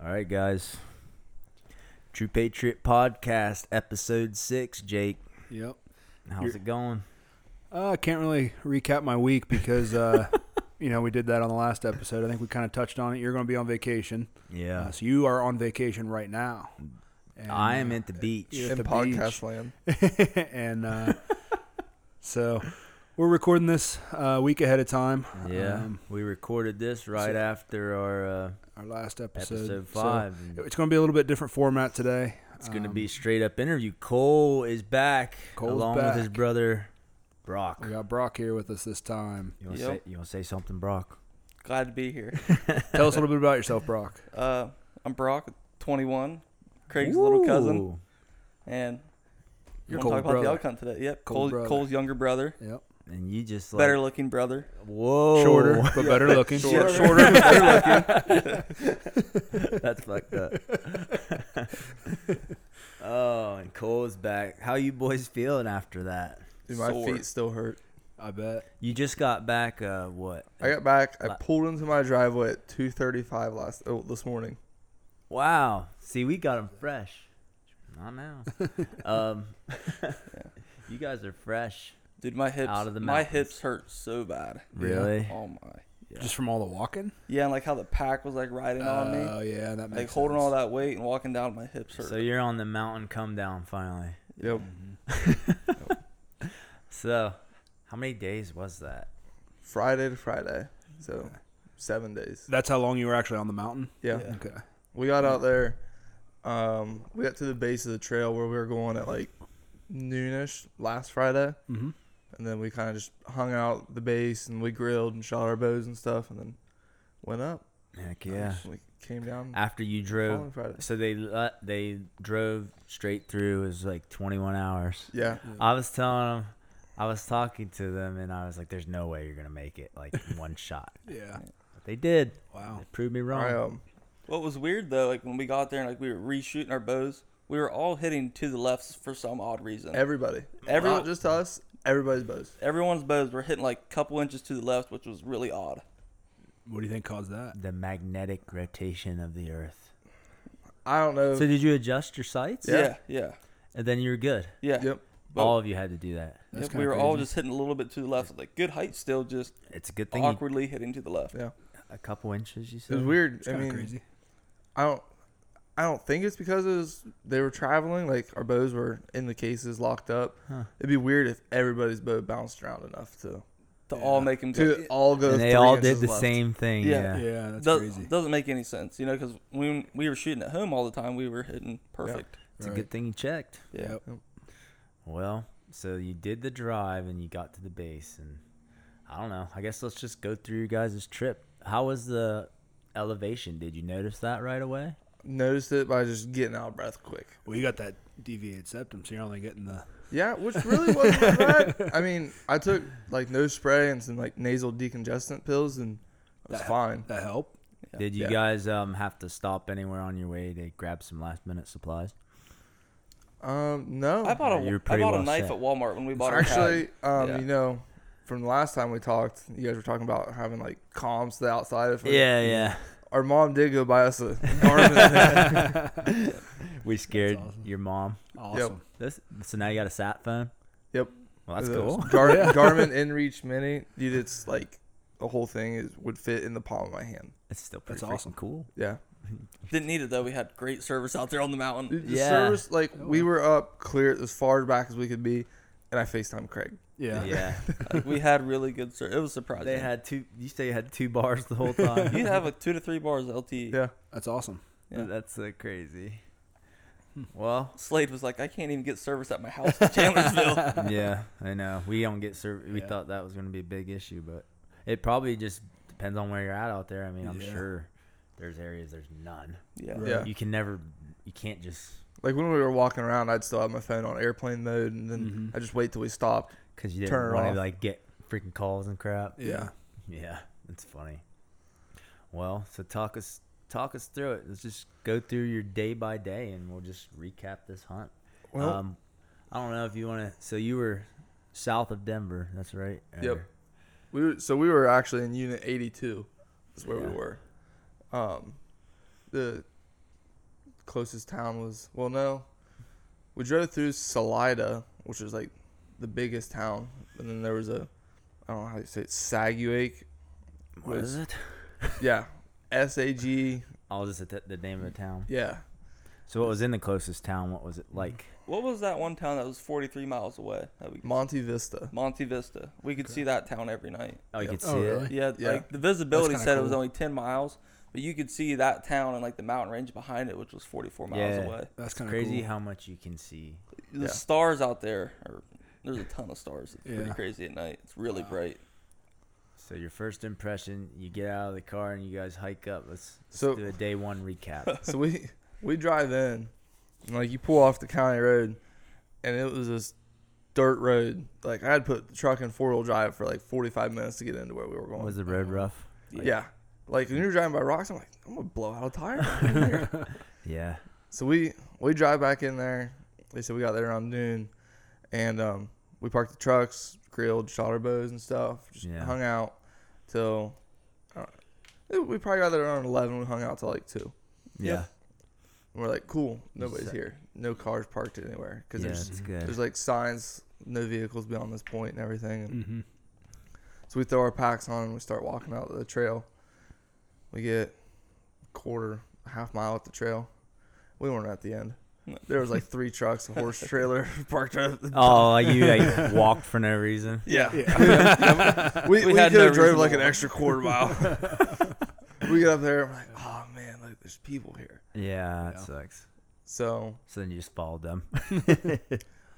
All right, guys. True Patriot Podcast, Episode 6. Jake, Yep. how's You're- it going? Uh, I can't really recap my week because, uh, you know, we did that on the last episode. I think we kind of touched on it. You're going to be on vacation. Yeah. Uh, so you are on vacation right now. And, I am at the beach. you're- At in the podcast beach. land. and uh, so we're recording this uh, week ahead of time. Yeah. Um, we recorded this right so- after our uh, our last episode. episode So 5. and it's going to be a little bit different format today. it's going to Um, be straight up interview. Cole is back Cole's along with his back. brother, Brock. We got Brock here with us this time. You want to Yep. say, you wanna say something, Brock? Glad to be here. Tell us a little bit about yourself, Brock. Uh, I'm Brock, 21, Craig's little cousin, Ooh. and you Your want to talk cold about the brother. outcome today. Yep, Cold Cole, brother. Cole's younger brother, Yep. And you just like. better looking brother. Whoa. Shorter, but better looking. Yeah, shorter, but better looking. That's fucked up. oh, and Cole's back. How you boys feeling after that? Dude, my feet still hurt. I bet. You just got back. Uh, what? I got back. I La- pulled into my driveway at 2:35 last oh, this morning. Wow. See, we got them fresh. Not now. um, you guys are fresh. Dude, my hips, Out of the my mountains. hips hurt so bad. Really? Oh my. Yeah. Just from all the walking? Yeah, and like how the pack was like riding on me, Oh, yeah. That makes like holding sense. all that weight and walking down, my hips hurt. So you're on the mountain come down finally. Yep. So, how many days was that? Friday to Friday, so seven days. That's how long you were actually on the mountain. Yeah. Yeah. Okay. We got out there. Um, we got to the base of the trail where we were going at like noonish last Friday, Mm-hmm. and then we kind of just hung out at the base and we grilled and shot our bows and stuff, and then went up. Heck yeah. We came down. After you Following drove, Friday. so they let, they drove straight through. It was like 21 hours. Yeah. I was telling them, I was talking to them, and I was like, "There's no way you're gonna make it, like in one shot." Yeah. But they did. Wow. They proved me wrong. I um. What was weird though, like when we got there and like we were reshooting our bows, we were all hitting to the left for some odd reason. Everybody. Every- Not just us. Everybody's bows. Everyone's bows were hitting like a couple inches to the left, which was really odd. What do you think caused that? The magnetic rotation of the Earth. I don't know. So did you adjust your sights? Yeah, Oh. Yeah. Oh. yeah, And then you were good. yeah. Yep. But- All of you had to do that. That's Yep, we kinda were all crazy. just hitting a little bit to the left, like good height, still just It's a good thing. You, awkwardly hitting to the left. Yeah. a couple inches, you It said. was weird. It's I kind mean, of crazy. I don't, I don't think it's because it was, they were traveling. Like our bows were in the cases, locked up. Huh. It'd be weird if everybody's bow bounced around enough to To all Yeah. make him to go. all go. And they three all did inches the left. same thing. Yeah. Yeah. Yeah, that's Does, crazy. doesn't make any sense, you know, because when we were shooting at home all the time, we were hitting perfect. It's a good thing you checked. Yeah. Yep. Well, so you did the drive and you got to the base, and I don't know. I guess let's just go through your guys' trip. How was the elevation? Did you notice that right away? Noticed it by just getting out of breath quick. Well, you got that deviated septum, so you're only getting the. Yeah, which really wasn't bad. I mean, I took like nose spray and some like nasal decongestant pills, and it was That- fine. That help? Yeah. Did you Yeah. guys um, have to stop anywhere on your way to grab some last minute supplies? Um, no, I bought a, You're I pretty bought well a knife set. at Walmart when we bought our Actually, pad. um, Yeah. you know, from the last time we talked, you guys were talking about having like comms to the outside of it. Yeah, yeah. Our mom did go buy us a garment. We scared awesome. your mom. Awesome. This, so now you got a sat phone. yep. Well, that's It was cool. Gar- Garmin InReach Mini, dude. It's like the whole thing is would fit in the palm of my hand. It's still pretty That's freaking awesome. cool. Yeah. Didn't need it though. We had great service out there on the mountain. Dude, the Yeah. service, like Oh, we wow. were up clear as far back as we could be, and I Facetime Craig. Yeah. yeah. Like, we had really good service. It was surprising. they had two. You say you had two bars the whole time. You'd have like two to three bars LTE. Yeah. That's awesome. Yeah. That's uh, crazy. Well, Slade was like, I can't even get service at my house in Chandlersville. yeah, I know. We don't get serv We Yeah. thought that was going to be a big issue, but it probably just depends on where you're at out there. I mean, I'm Yeah. sure there's areas there's none. yeah. Right. Yeah. You can never. You can't just Like when we were walking around, I'd still have my phone on airplane mode, and then Mm-hmm. Mhm. I just wait till we stopped. because you didn't Turn it want off. to like get freaking calls and crap. Yeah. Yeah, it's funny. Well, so talk us talk us through it. Let's just go through your day by day, and we'll just recap this hunt. Well, um, I don't know if you want to. So you were south of Denver. That's right. Yep. Or- We were, so we were actually in Unit 82. Is where Yeah. we were. Um, the closest town was well, no, we drove through Salida, which was like the biggest town, and then there was a I don't know how you say it, Saguake. What is it? Yeah, S A G. Oh, is it the, the name of the town? Yeah, So what was in the closest town? What was it like? What was that one town that was 43 miles away? That we, Monte Vista. Monte Vista. We could see that town every night. Oh, you Yep. could see Oh, it. really? Yeah, Yeah. like the visibility That's said kinda it was cool. only 10 miles, but you could see that town and like the mountain range behind it, which was 44 miles Yeah. away. That's kind of Crazy Cool. how much you can see. The Yeah. stars out there are there's a ton of stars. It's pretty Yeah. crazy at night. It's really bright. So your first impression, you get out of the car and you guys hike up. Let's, let's So- do a day one recap. so we we drive in, and like you pull off the county road, and it was this dirt road. Like I had put the truck in four wheel drive for like forty five minutes to get into where we were going. was the road rough? yeah. Like when you're driving by rocks, I'm like, I'm gonna blow out a tire. in here." Yeah. so we we drive back in there. They said we got there around noon, and um, we parked the trucks, grilled, shot our bows and stuff. Just Yeah. hung out till I don't know, we probably got there around eleven. We hung out till like two. Yeah. And we're like, cool, nobody's Exact- here. No cars parked anywhere because yeah, there's it's good. there's like signs, no vehicles beyond this point and everything. And Mm-hmm. so we throw our packs on and we start walking out the trail. We get a quarter, a half mile up the trail. We weren't at the end. There was like three trucks, a horse trailer parked up. Oh, you like walked for no reason. Yeah. we We we, had could no have drove reason like to an walk. extra quarter mile. we get up there. I'm like, oh man, like there's people here. Yeah, it Yeah. sucks. So So then you just followed them.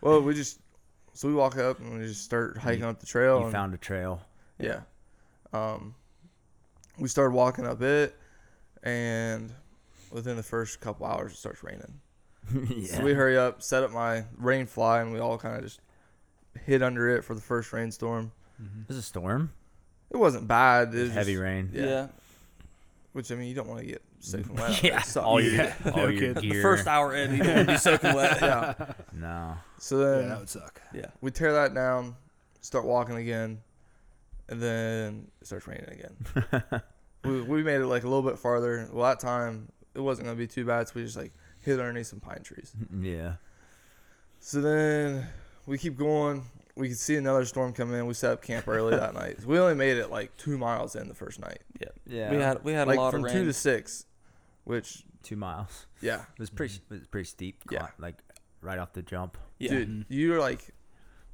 well, we just so we walk up and we just start hiking up the trail. you and- found a trail. Yeah. Um, we started walking up it, and within the first couple hours, it starts raining. yeah. So we hurry up, set up my rain fly, and we all kind of just hid under it for the first rainstorm. It was a storm. It wasn't bad. It was Heavy just- rain. Yeah. Yeah. Which I mean, you don't want to get soaked and wet. Yeah. It sucks. All your, Yeah, all no your kidding. The gear. The first hour in, you would be soaking wet. yeah. No. So Yeah, then that would suck. Yeah. we tear that down, start walking again, and then it starts raining again. we, we made it like a little bit farther. Well, that time it wasn't gonna be too bad, so we just like hid underneath some pine trees. Mm-hmm. Yeah. So then we keep going. We could see another storm come in. We set up camp early that night. We only made it like two miles in the first night, Yeah. We had we had like a lot from of rain. two to six, which two miles. yeah, It was pretty. It was pretty steep. Yeah. cli- Like right off the jump. yeah. dude, you were like,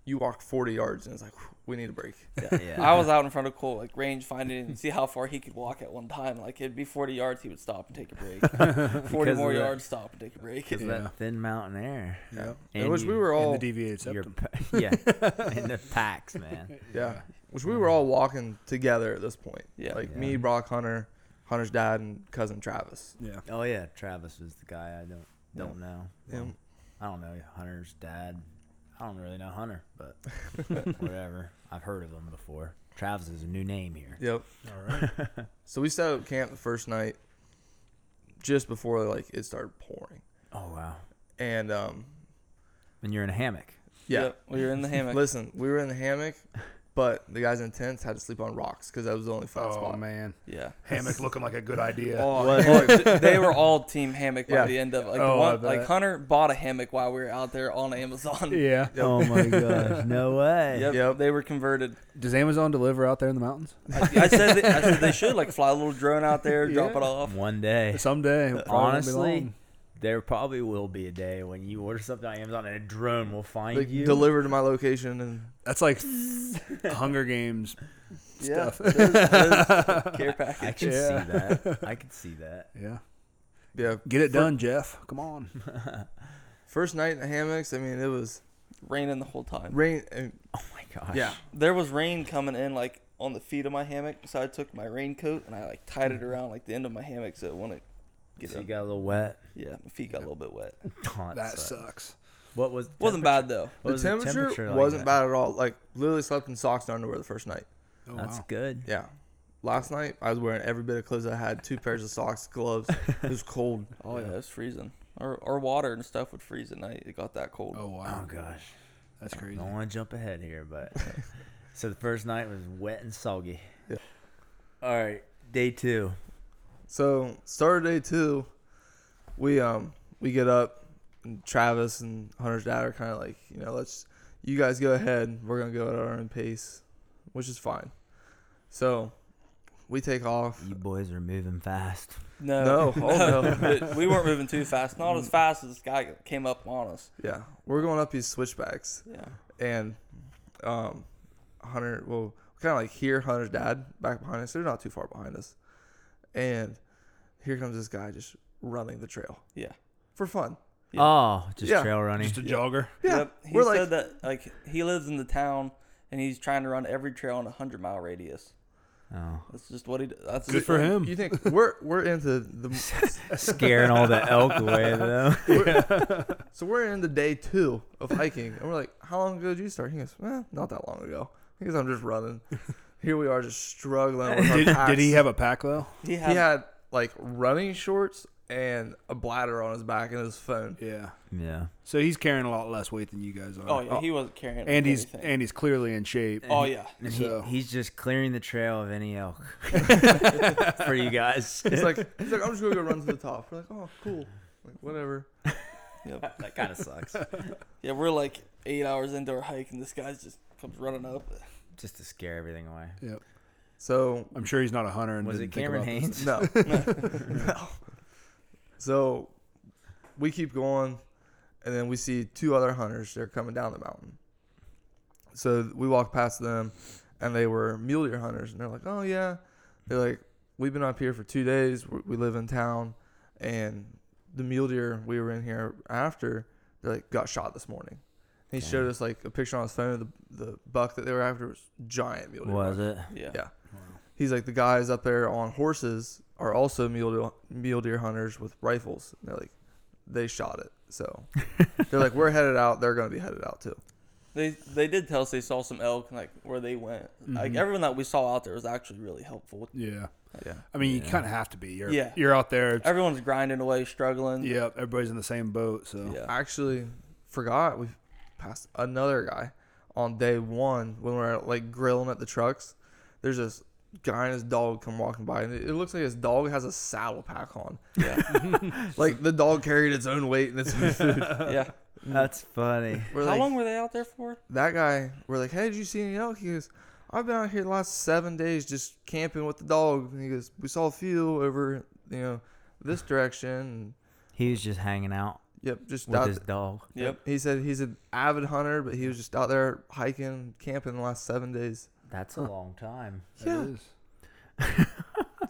you walked forty yards and it's like we need a break. Yeah. I was out in front of Cole, like range finding and see how far he could walk at one time. Like it'd be 40 yards, he would stop and take a break. 40 Because more of that. yards, stop and take a break. Because Yeah. that thin mountain air. Yeah, And which you- we were And all the deviated Your, septum. pa- yeah. And the packs, man. Yeah. Which we were all walking together at this point. Yeah. Like Yeah. me, Brock Hunter, Hunter's dad, and cousin Travis. Yeah. Oh yeah, Travis was the guy. I don't don't know. Yeah. I don't know Hunter's dad. I don't really know Hunter, but whatever. I've heard of him before. Travis is a new name here. Yep. All right. So we set up camp the first night just before like it started pouring. Oh wow. And um And you're in a hammock. yeah. Yep, we were in the hammock. Listen, we were in the hammock, but the guys in tents had to sleep on rocks because that was the only flat Oh spot. man, yeah. hammock looking like a good idea. Oh. What? Look, they were all team hammock by Yeah. the end of it. like Oh, the I one, like bet. Hunter bought a hammock while we were out there on Amazon. Yeah. Oh my gosh. No way. Yep, Yep. they were converted. Does Amazon deliver out there in the mountains? I, I said they, I said they should like fly a little drone out there, drop Yeah. it off. One day. Someday. it probably won't be Honestly, long. there probably will be a day when you order something on Amazon and a drone will find They you. delivered to my location and that's like Hunger Games stuff. Care I package. can Yeah. see that. I can see that. Yeah. yeah. Get it Fir- done, Jeff. Come on. First night in the hammocks, I mean it was Raining the whole time. rain and Oh my gosh. yeah. There was rain coming in like on the feet of my hammock, so I took my raincoat and I like tied it around like the end of my hammock so it wouldn't get So you up. got a little wet. Yeah, my feet got a little bit wet. Oh, that That sucks. sucks. What was Wasn't bad though. what The was temperature, like wasn't that? bad at all. Like literally slept in socks and underwear the first night. Oh, That's wow. good. Yeah. Last night I was wearing every bit of clothes I had, two pairs of socks, gloves. It was cold. Oh yeah, it was freezing. Our our water and stuff would freeze at night. It got that cold. Oh Oh wow. gosh. That's crazy. Don't want to jump ahead here, but so the first night was wet and soggy. Yeah. All right, day two. So Saturday too, we um we get up, and Travis and Hunter's dad are kind of like, you know, let's you guys go ahead. We're gonna go at our own pace, which is fine. So we take off. You boys are moving fast. No, No, oh, But we weren't moving too fast. Not as fast as this guy came up on us. Yeah, we're going up these switchbacks, Yeah, and um, Hunter. Well, kind of like hear Hunter's dad back behind us. They're not too far behind us, and here comes this guy just running the trail yeah. for fun. Yeah. Oh, just Yeah, trail running. Just a jogger. Yeah, Yep. He we're said like, that like he lives in the town and he's trying to run every trail in a hundred mile radius. oh, That's just what he. d- That's Good just for what- him. you think we're we're into the scaring all the elk away though. So we're in the day two of hiking, and we're like, "How long ago did you start?" He goes, "Eh, not that long ago." He goes, "I'm just running." Here we are, just struggling. With our Did, packs. did he have a pack though? He He had, had like running shorts and a bladder on his back and his phone. Yeah. Yeah. So he's carrying a lot less weight than you guys are. Oh yeah, he wasn't carrying. and he's anything. and he's clearly in shape. oh yeah. And So- he, he's just clearing the trail of any elk for you guys. He's like, "He's like, I'm just gonna go run to the top." We're like, "Oh, cool." Like whatever. Yep. that kind of sucks. Yeah, we're like eight hours into our hike, and this guy's just comes running up. Just to scare everything away. Yep. So I'm sure he's not a hunter. And Was didn't it think Cameron about this. Haynes? no, no. So we keep going, and then we see two other hunters. They're coming down the mountain. So we walk past them, and they were mule deer hunters. And they're like, "Oh yeah," they're like, "We've been up here for two days. We we live in town, and the mule deer we were in here after, they like got shot this morning." He Damn. showed us like a picture on his phone of the, the buck that they were after was giant mule deer. buck. Was it? Yeah. Yeah. He's like the guys up there on horses are also mule deer, mule deer hunters with rifles. And they're like, they shot it. So they're like, we're headed out. They're going to be headed out too. They they did tell us they saw some elk and like where they went. Like Mhm. everyone that we saw out there was actually really helpful. Yeah. Yeah. I mean, Yeah. you kind of have to be. You're, Yeah. You're out there. It's- Everyone's grinding away, struggling. Yeah. Everybody's in the same boat. So. Yeah. I actually forgot we passed another guy on day one when we are like grilling at the trucks. There's this guy and his dog come walking by, and it, it looks like his dog has a saddle pack on. Yeah. Like the dog carried its own weight and its own food. yeah. That's funny. We're How like, long were they out there for? that guy, we're like, hey, did you see any elk? He goes, I've been out here the last seven days just camping with the dog. And he goes, we saw a few over, you know, this direction. And, He was just hanging out yep, just with out. his dog. Yep. He said he's an avid hunter, but he was just out there hiking, camping the last seven days. That's a long time. That Yeah. is-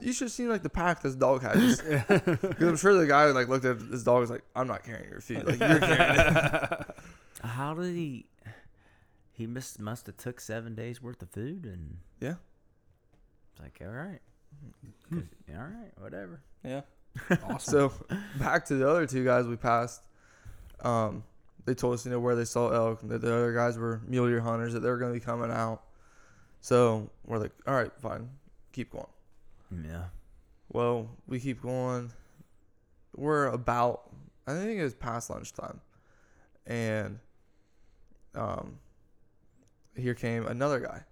You should have seen like the pack this dog had. Just- 'cause I'm sure the guy like looked at his dog was like, I'm not carrying your feet. Like you're carrying it. How did he? He must must have took seven days worth of food and Yeah. it's like all right, all right, whatever. Yeah. Awesome. So back to the other two guys we passed. Um, they told us, you know, where they saw elk, and that the other guys were mule deer hunters that they were going to be coming out. So we're like, all right, fine, keep going. Yeah, Well, we keep going. We're about, I think it was past lunchtime, and um, here came another guy.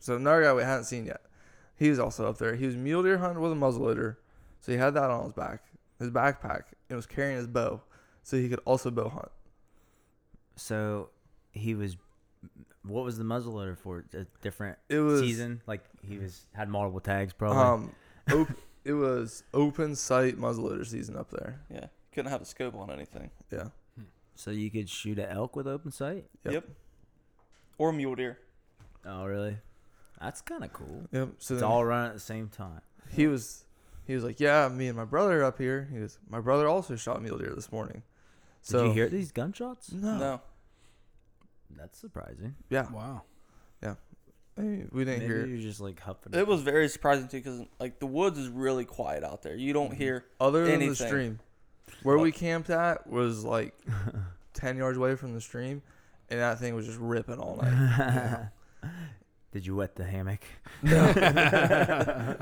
So another guy we hadn't seen yet. He was also up there. He was mule deer hunting with a muzzleloader, so he had that on his back, his backpack, and was carrying his bow, so he could also bow hunt. So he was. What was the muzzleloader for? A different It was season? Like he was had multiple tags probably. um, op- it was open sight muzzleloader season up there. Yeah. Couldn't have a scope on anything. Yeah, so you could shoot an elk with open sight. Yep. Or mule deer. Oh really? That's kind of cool. yep. So It's then- all run at the same time. he was he was like, yeah, me and my brother are up here. He goes, my brother also shot mule deer this morning. Did So you hear these gunshots? No. No. That's surprising. Yeah, wow. I mean, we didn't Maybe hear you're just like huffing. It was very surprising too, because like the woods is really quiet out there. You Mm-hmm. don't hear. other than the anything. stream. Where we camped at was like ten yards away from the stream, and that thing was just ripping all night. Did you wet the hammock?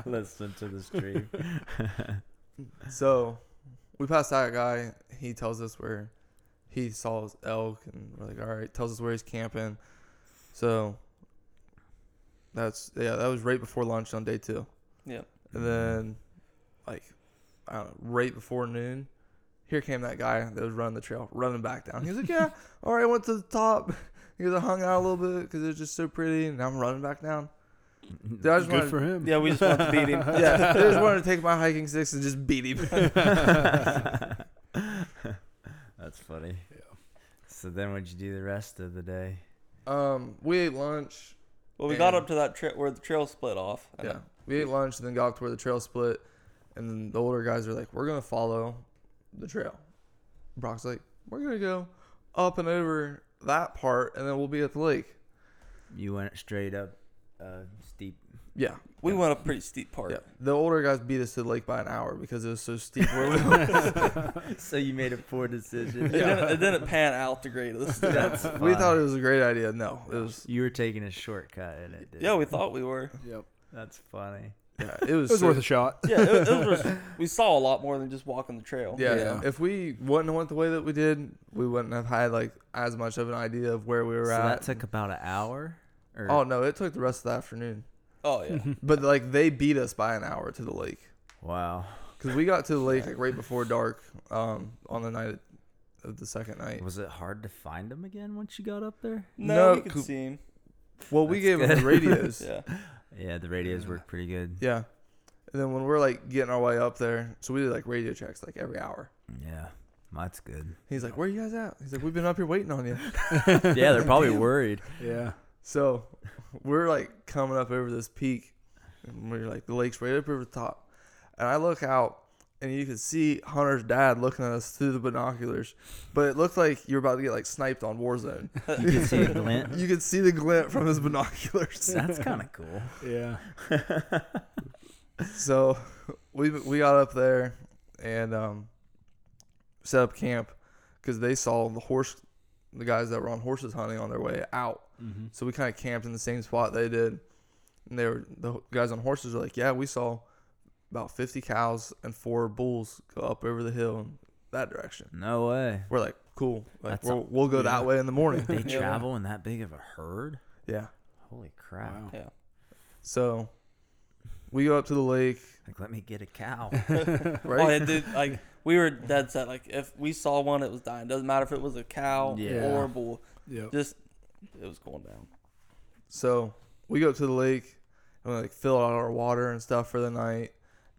Listen to the stream. so we passed that guy. He tells us where he saw his elk, and we're like, all right. Tells us where he's camping. So that's yeah, that was right before lunch on day two. Yep. And then, like, I don't know, right before noon, Here came that guy that was running the trail, running back down. He was like, "Yeah, all right." I went to the top because I hung out a little bit because it was just so pretty, and now I'm running back down. Dude, I just Good wanted, for him. Yeah, we just want to beat him. yeah, I just wanted to take my hiking sticks and just beat him. That's funny. So then, what'd you do the rest of the day? um, we ate lunch. Well, we got And- up to that trip where the trail split off. and Yeah. We ate lunch and then got up to where the trail split. And then the older guys are like, we're going to follow the trail. Brock's like, we're going to go up and over that part and then we'll be at the lake. You went straight up uh, steep. Yeah. We went up a pretty steep part. Yeah. The older guys beat us to the lake by an hour because it was so steep. Where we went. so you made a poor decision. It, didn't, it didn't pan out the greatest. That's we fine. thought it was a great idea. No, it was. you were taking a shortcut in it. Dude. yeah, we thought we were. Yep. That's funny. Yeah, it was. It was so- worth a shot. Yeah, it, it was just, we saw a lot more than just walking the trail. Yeah, Yeah. If we wouldn't have went the way that we did, we wouldn't have had like as much of an idea of where we were So that at. took about an hour. Or oh no, it took the rest of the afternoon. Oh yeah. But like they beat us by an hour to the lake. wow! Because we got to the lake like right before dark um, on the night of the second night. Was it hard to find them again once you got up there? No, No, we could cool. see him. Well, we gave That's them the good. radios. yeah. Yeah. Yeah, the radios worked pretty good. And then when we're like getting our way up there, so we did like radio checks like every hour. Yeah, that's good. He's like, "Where you guys at?" He's like, "We've been up here waiting on you." yeah, they're probably worried. Yeah. So we're like coming up over this peak, and we're like the lake's right up over the top, and I look out. And you could see Hunter's dad looking at us through the binoculars, but it looked like you were about to get like sniped on Warzone. You can see a glint. You could see the glint from his binoculars. That's kind of cool. Yeah. so we we got up there and um, set up camp because they saw the horse, the guys that were on horses hunting on their way out. So we kind of camped in the same spot they did, and they were the guys on horses were like, "Yeah, we saw about fifty cows and four bulls go up over the hill in that direction." No way. We're like, "Cool, like That's we'll, we'll go that way in the morning." They Yeah. travel in that big of a herd? yeah. Holy crap. Wow. Yeah. So we go up to the lake, Like, let me get a cow. right? Oh, yeah, dude. Like we were dead set. Like if we saw one, it was dying. Doesn't matter if it was a cow Yeah. or a bull. Yep. Just it was going down. So we go up to the lake and we like fill out our water and stuff for the night.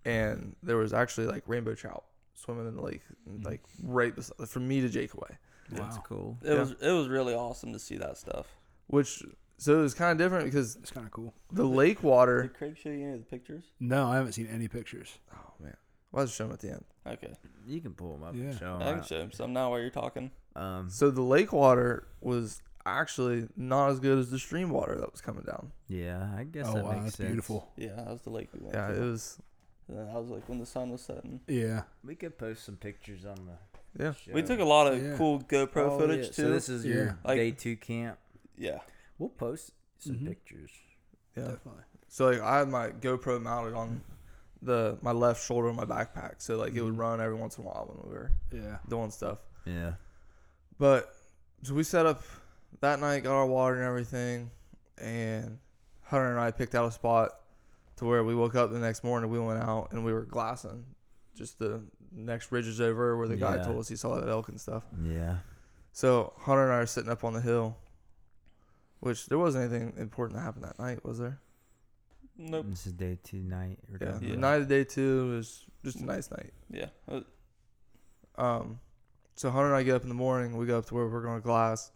And there was actually like rainbow trout swimming in the lake, like right beside, from me to Jake away. That's Wow. cool. It Yeah. was it was really awesome to see that stuff. Which so it was kind of different because It's kind of cool. the lake water. Did Craig show you any of the pictures? No, I haven't seen any pictures. Oh man, well, I was showing at the end. Okay, You can pull them up and Yeah. show I them. can show him some now while you're talking. Um, So the lake water was actually not as good as the stream water that was coming down. yeah, I guess oh that wow, makes that's sense. beautiful. Yeah, that was the lake we went Yeah, to. it was. And that was like when the sun was setting. Yeah. We could post some pictures on the Yeah, show. We took a lot of Yeah. cool GoPro Oh, yeah. footage too. So this is your Yeah. Like- day two camp. yeah, We'll post some Mhm. pictures. yeah. Definitely. So like I had my GoPro mounted on the my left shoulder of my backpack, so like it would run every once in a while when we were Yeah. doing stuff. Yeah. But so we set up that night, got our water and everything, and Hunter and I picked out a spot to where we woke up the next morning. We went out and we were glassing, just the next ridges over where the guy Yeah. told us he saw that elk and stuff. Yeah. So Hunter and I are sitting up on the hill, which there wasn't anything important that happened that night, was there? nope. This is day two night. Or day Yeah. The one. night of day two was just a nice night. Yeah, Uh, Um, so Hunter and I get up in the morning. We go up to where we're going to glass,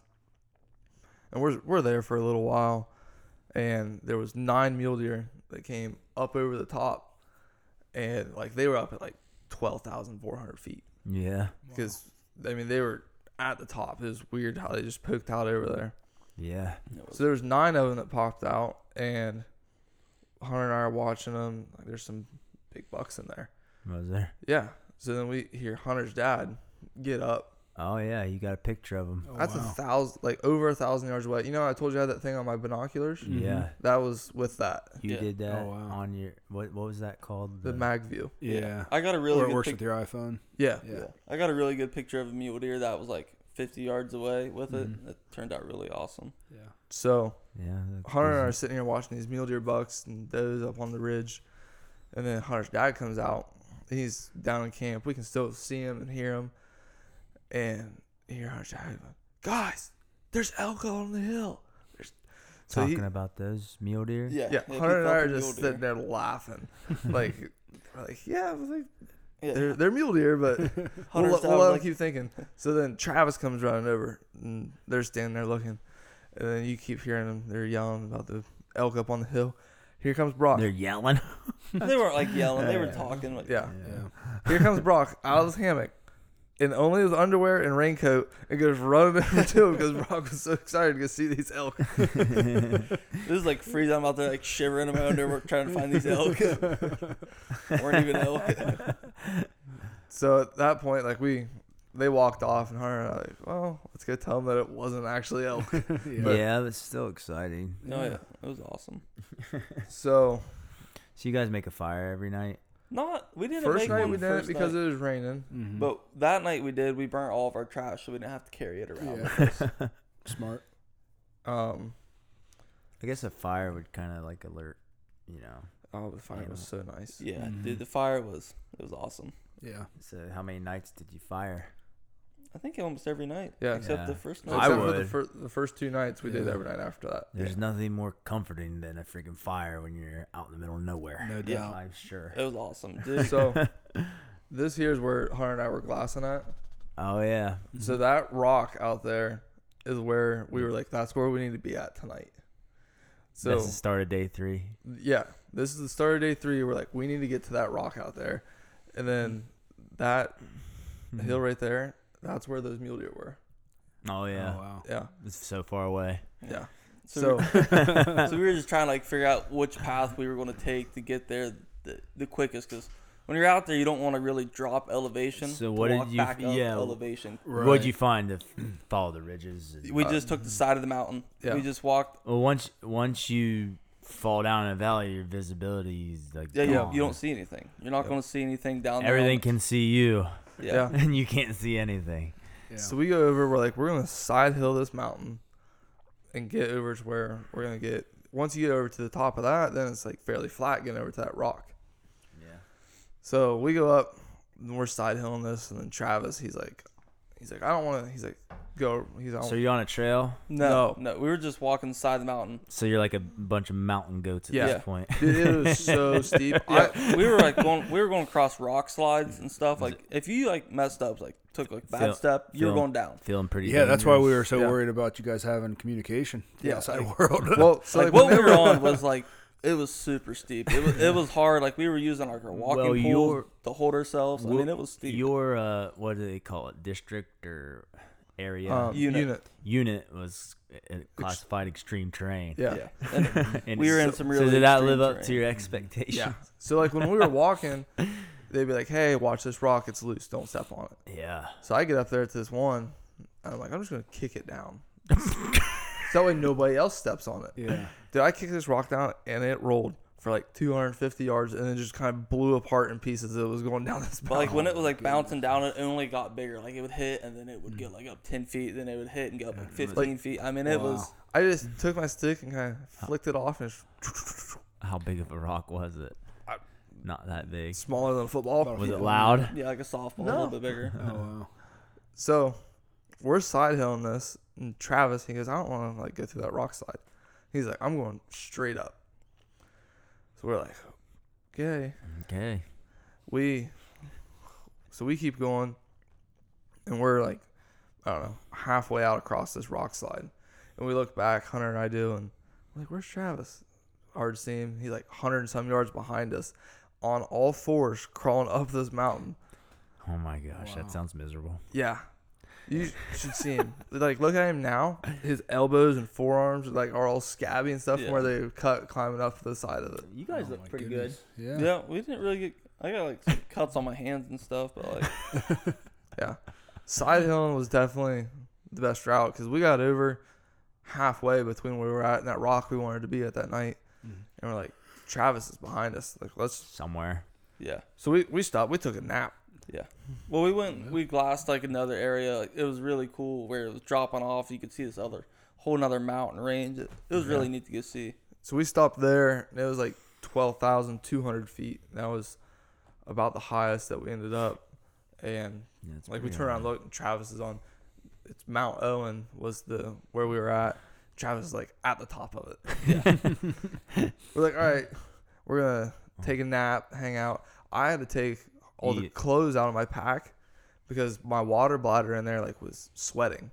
and we're we're there for a little while. And there was nine mule deer that came up over the top, and like they were up at like twelve thousand four hundred feet Yeah. because I mean they were at the top. It was weird how they just poked out over there. Yeah. it was- So there was nine of them that popped out, and Hunter and I are watching them. Like there's some big bucks in there. Was there? Yeah. So then we hear Hunter's dad get up Oh yeah, you got a picture of them. Oh, That's a wow. thousand, like over a thousand yards away. You know, I told you I had that thing on my binoculars. Mhm. Yeah. That was with that You Mm-hmm. Yeah. did that Oh, wow. on your what? What was that called? the mag view. yeah. I got a or really it good works pic- with your iPhone. Yeah, Yeah. I got a really good picture of a mule deer that was like 50 yards away with it. It turned out really awesome. Yeah. So yeah. that's Hunter and I busy. are sitting here watching these mule deer bucks and those up on the ridge, and then Hunter's dad comes out. He's down in camp. We can still see him and hear him, and here I shouting, guys, there's elk on the hill. There's... So Talking he, about those mule deer. Yeah, yeah, they Hunter and I picked up are a just mule deer. sitting there laughing, like, we're like yeah, we're like, Yeah. they're they're mule deer, but Oh, we'll, Hunter's let- we'll down, let 'em like- keep thinking. So then Travis comes running over, and they're standing there looking, and then you keep hearing them. They're yelling about the elk up on the hill. Here comes Brock. They're yelling. they weren't like yelling. They were talking. Like, yeah, Yeah. Here comes Brock out of his hammock in only his underwear and raincoat and goes running over to him because Brock was so excited to go see these elk. This is like freezing. I'm out there like shivering in my underwear trying to find these elk. weren't even elk. So at that point, like we, they walked off and Hunter and I like, well, let's go tell them that it wasn't actually elk. Yeah, yeah it's still exciting. No, yeah, it was awesome. so So you guys make a fire every night. Not we didn't first make night one we did it first because night, it was raining. Mm-hmm. but that night we did. We burnt all of our trash, so we didn't have to carry it around. Yeah. Smart. Um, I guess a fire would kind of like alert, you know. oh, the fire was so nice. Yeah, Mhm. dude, the fire was it was awesome. Yeah. So how many nights did you fire? I think almost every night Yeah. except Yeah. the first I night. Except for the, would. fir- the first two nights we did Yeah. every night after that. There's nothing more comforting than a freaking fire when you're out in the middle of nowhere. No Yeah. doubt. I'm sure. It was awesome, dude. So this here's where Hunter and I were glassing at. Oh yeah, Mm-hmm. So that rock out there is where we were like, that's where we need to be at tonight. So that's the start of day three. yeah, this is the start of day three. We're like, we need to get to that rock out there, and then that hill Mm-hmm. right there. That's where those mule deer were. Oh yeah, Oh, wow. Yeah, it's so far away. yeah. So So, so we were just trying to like figure out which path we were going to take to get there the, the quickest because when you're out there you don't want to really drop elevation So to what did walk you- back up yeah. elevation What'd you find to follow the ridges? and- we just took the side of the mountain yeah. we just walked well, once once you fall down in a valley, your visibility is like yeah, gone. you, you don't see anything you're not going to see anything down there Everything can see you, yeah, Yeah. and you can't see anything. Yeah. so we go over. We're like, we're gonna side hill this mountain, and get over to where we're gonna get. Once you get over to the top of that, then it's like fairly flat getting over to that rock. Yeah. So we go up, and we're side hilling this, and then Travis, he's like, he's like, I don't want to. He's like, go. He's like, So you're on a trail. no, no we were just walking the side of the mountain So you're like a bunch of mountain goats at Yeah. this point. "Oh, Dude, it was so steep. I, we were like going we were going across rock slides and stuff like if you like messed up like took like bad Feel- step you were feel- going down Feeling pretty. Yeah, that's why dangerous. we were so Yeah. worried about you guys having communication to the Yeah, outside like- world. Oh, well, so like like, what we when they were on was like it was super steep. It was it was hard. Like we were using like our walking Well, poles your- to hold ourselves. I Well, mean, it was steep. Your uh, what do they call it? District or area um, Unit. unit. unit was uh, classified extreme terrain. Yeah. yeah, and And we were in so- some really. So did that extreme live up to terrain. your expectation? So like when we were walking, they'd be like, "Hey, watch this rock. It's loose. Don't step on it." Yeah. So I get up there to this one, and I'm like, "I'm just gonna kick it down." so that way nobody else steps on it. yeah. Dude, I kicked this rock down and it rolled for like 250 yards and it just kind of blew apart in pieces. as It was going down this. But like when it was Oh, like bouncing down, it only got bigger. Like it would hit, and then it would Mm. get like up ten feet, then it would hit and go up like fifteen feet. I mean, it was I just took my stick and kind of flicked it off and it's How big of a rock was it? Not that big. smaller than a football. Was it loud? yeah, like a softball, a little bit bigger. Oh, wow. So we're side hilling this, and Travis he goes, I don't want to like go through that rock slide. He's like, I'm going straight up. So we're like, okay, Okay. we. So we keep going, and we're like, I don't know, halfway out across this rock slide, and we look back, Hunter and I do, and we're like, where's Travis? Hard to see him. He's like 100 and some yards behind us, on all fours, crawling up this mountain. Oh my gosh, that sounds miserable. Yeah. You should see him. like, look at him now. His elbows and forearms like are all scabby and stuff from where they cut climbing up the side of it. You guys look pretty good. Yeah. Yeah, we didn't really get. I got like some cuts on my hands and stuff, but like Yeah, side hilling was definitely the best route because we got over halfway between where we were at and that rock we wanted to be at that night, and we're like, Travis is behind us. Like, let's. Somewhere. yeah. So we we stopped. We took a nap. Yeah. Well, we went, we glassed like another area. Like, it was really cool where it was dropping off. You could see this other whole another mountain range. It, it was really neat to go see. So we stopped there, and it was like twelve thousand two hundred feet. That was about the highest that we ended up, and Yeah, it's like we pretty turn around, hard. look, Travis is on. It's Mount Owen was the where we were at. Travis is like at the top of it. we're like, all right, we're gonna Oh. take a nap, hang out. I had to take all the Ye- clothes out of my pack because my water bladder in there like was sweating.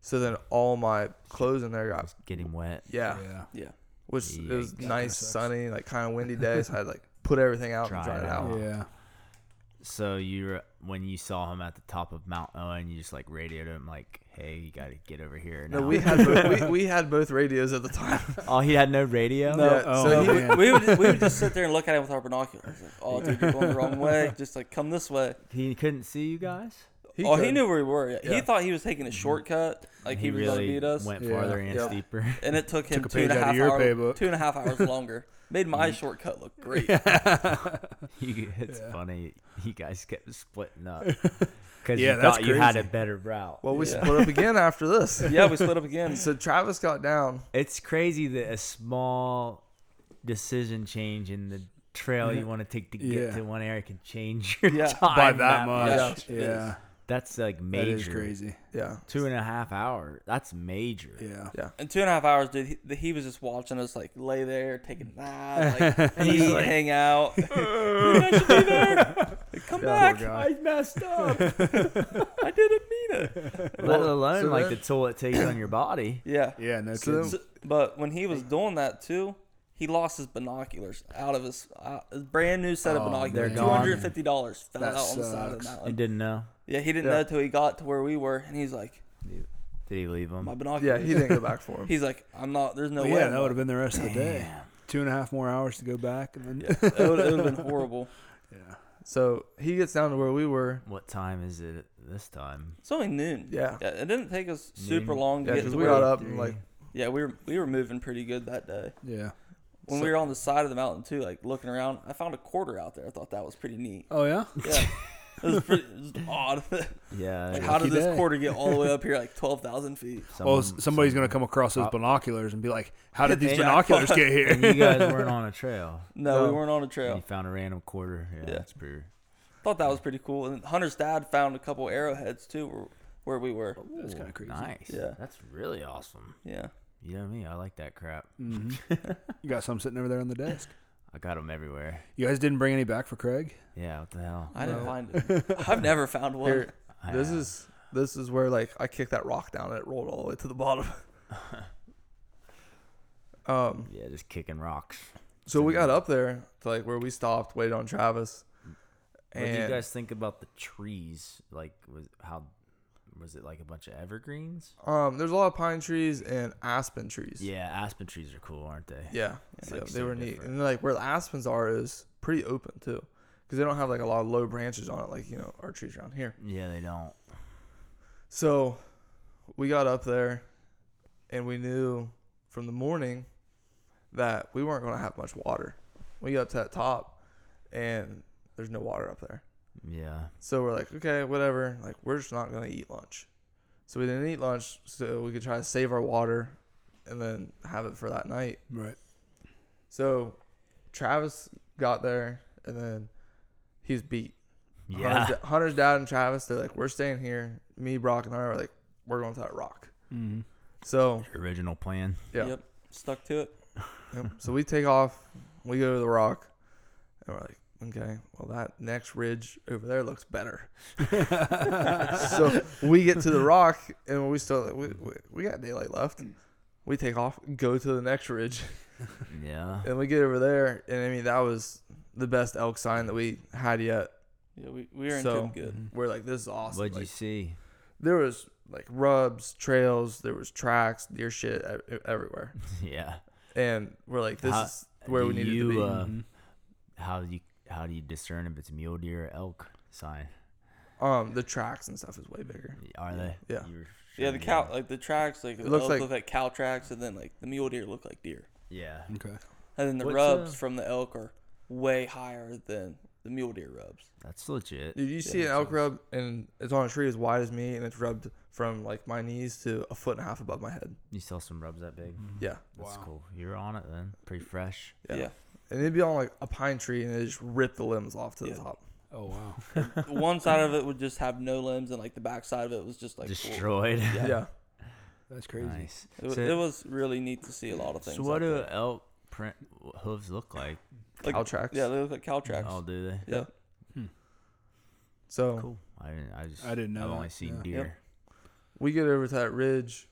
So then all my clothes in there got Just getting wet. yeah, yeah. Yeah. which it was Yikes. nice, sucks. sunny, like kind of windy day. So I had to, like put everything out Dry and dry it it out. out. Yeah. So you were- when you saw him at the top of Mount Owen, you just like radioed him like, "Hey, you got to get over here." No, now." we had both, we, we had both radios at the time. oh, he had no radio. No. Yeah, oh, so he- man. we would we would just sit there and look at it with our binoculars. Like, oh, dude, you're going the wrong way. Just like come this way. He couldn't see you guys. oh, he could. knew where we were. Yeah. He Yeah. thought he was taking a shortcut. Like he, was gonna beat us. went Yeah. farther and Yep. steeper. And it took him Took a two and a page out of half your hours. playbook. Two and a half hours longer. Made my shortcut look great. You- it's Yeah. funny. You guys kept splitting up because Yeah, you that's thought you had a crazy. better route. Well, we Yeah. split up again after this. Yeah, we split up again. So Travis got down. It's crazy that a small decision change in the trail you want to take to get Yeah. to one area can change your Yeah. time By that much. much. Yeah. Yeah. That's like That major. is crazy. Yeah. Two and a half hours. That's major. Yeah. In two and a half hours, dude, he, the- he was just watching us like lay there, take a nap, like, eat, hang out. Dude, I should be there. Like, come back. guy. I messed up. I didn't mean it. Let alone so like then- the toll it takes on your body. Yeah. Yeah. No So- kidding. So, but when he was doing that too, he lost his binoculars out of his, uh, his brand new set of Oh, binoculars. they're Two gone. hundred and fifty dollars fell That out on the side of sucks. the You mountain. didn't know. Yeah, he didn't Yeah. know till he got to where we were, and he's like, Did he leave "My them? Yeah, binoculars." he didn't go back for him. He's like, "I'm not. There's no But way." yeah, I'm that would have not." been the rest of the day. Two and a half more hours to go back, and then Yeah, it would have been horrible. yeah. So he gets down to where we were. What time is it this time? It's only noon. Yeah. Yeah, it didn't take us super Noon. long to Yeah, get because to we where. got up and like Yeah, we were we were moving pretty good that day. yeah, When we were on the side of the mountain too, like looking around, I found a quarter out there. I thought that was pretty neat. Oh yeah, Yeah, it was pretty it was odd. Yeah. like, how did Lucky this day. quarter get all the way up here, like twelve thousand feet? someone- well, somebody's someone- gonna come across those binoculars and be like, "How did Hit these the binoculars jackpot. get here?" And you guys weren't on a trail. No, we No. weren't on a And trail. you found a random quarter. Yeah, Yeah. that's pretty. Thought that was pretty cool. And Hunter's dad found a couple arrowheads too, where, where we were. That's kinda crazy. Nice. Yeah. That's really awesome. Yeah, You know me. I like that crap. Mhm. you got some sitting over there on the desk. I got them everywhere. You guys didn't bring any back for Craig. Yeah. What the hell? I didn't No. find it. I've never found one. here. I This have- is this is where like I kicked that rock down and it rolled all the way to the bottom. um. Yeah, just kicking rocks. So we got up there to like where we stopped, waited on Travis. What do you And guys think about the trees? Like, was how was it like a bunch of evergreens? um, there's a lot of pine trees and aspen trees. Yeah, aspen trees are cool, aren't they? Yeah, It's, yeah, like, they so were neat. different. And like where the aspens are is pretty open too, because they don't have like a lot of low branches on it, like you know our trees around here. Yeah, they don't. So we got up there, and we knew from the morning that we weren't going to have much water. We got up to that top, and there's no water up there. Yeah. So we're like, okay, whatever. Like we're just not going to eat lunch. So we didn't eat lunch, so we could try to save our water, and then have it for that night. Right. So Travis got there and then he's beat. Yeah. Hunter's, Hunter's dad and Travis, they're like, we're staying here. Me, Brock, and I are like, we're going to that rock. Mm-hmm. So, Original plan. yeah. Yep, stuck to it. Yep. So we take off. We go to the rock. And we're like, okay, well, that next ridge over there looks better. so we get to the rock and we still, we, we, we got daylight left. We take off, go to the next ridge. Yeah. And we get over there, and I mean that was the best elk sign that we had yet. Yeah, we, we were in So- good good. Mm-hmm. We're like, this is awesome. What'd you Like, see? there was like rubs, trails, there was tracks, deer shit e- everywhere, Yeah. and we're like, this How- is where do we needed you, to be. Uh, Mm-hmm. How do you how do you discern if it's mule deer or elk sign? um, the tracks and stuff is way bigger. Are they? Yeah. You were Yeah, showing the me cow, that. like the tracks, like the looks elk like- look like cow tracks, and then like the mule deer look like deer, Yeah. Okay. and then the What's, rubs uh, from the elk are way higher than the mule deer rubs. That's legit. Dude, you see an elk rub, and it's on a tree as wide as me, and it's rubbed from like my knees to a foot and a half above my head. You sell some rubs that big. Mm-hmm. Yeah, That's cool. You're on it then. Pretty fresh. yeah, Yeah. and it'd be on like a pine tree, and it just ripped the limbs off to Yeah. the top. Oh wow. One side of it would just have no limbs, and like the back side of it was just like full. Destroyed. Yeah. That's crazy. nice. It, wa- So- it was really neat to see a lot of things. So what out do there. elk print hooves look like? like, Cow tracks. Yeah, they look like cow tracks. Oh, do they? yeah, So Cool. I didn't. I just. I didn't know I've that. only seen Yeah. deer. we get over to that ridge,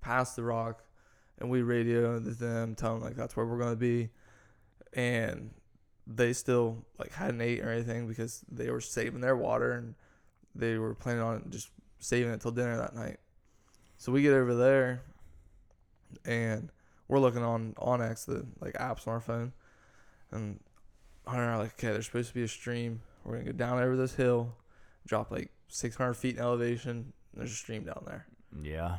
past the rock, and we radio to them, tell them like that's where we're gonna be, and they still like hadn't ate or anything because they were saving their water and they were planning on just saving it till dinner that night. So we get over there, and we're looking on Onyx the like apps on our phone, and Hunter and I are like, okay, there's supposed to be a stream. We're gonna go down over this hill, drop like 600 feet in elevation. And there's a stream down there. Yeah.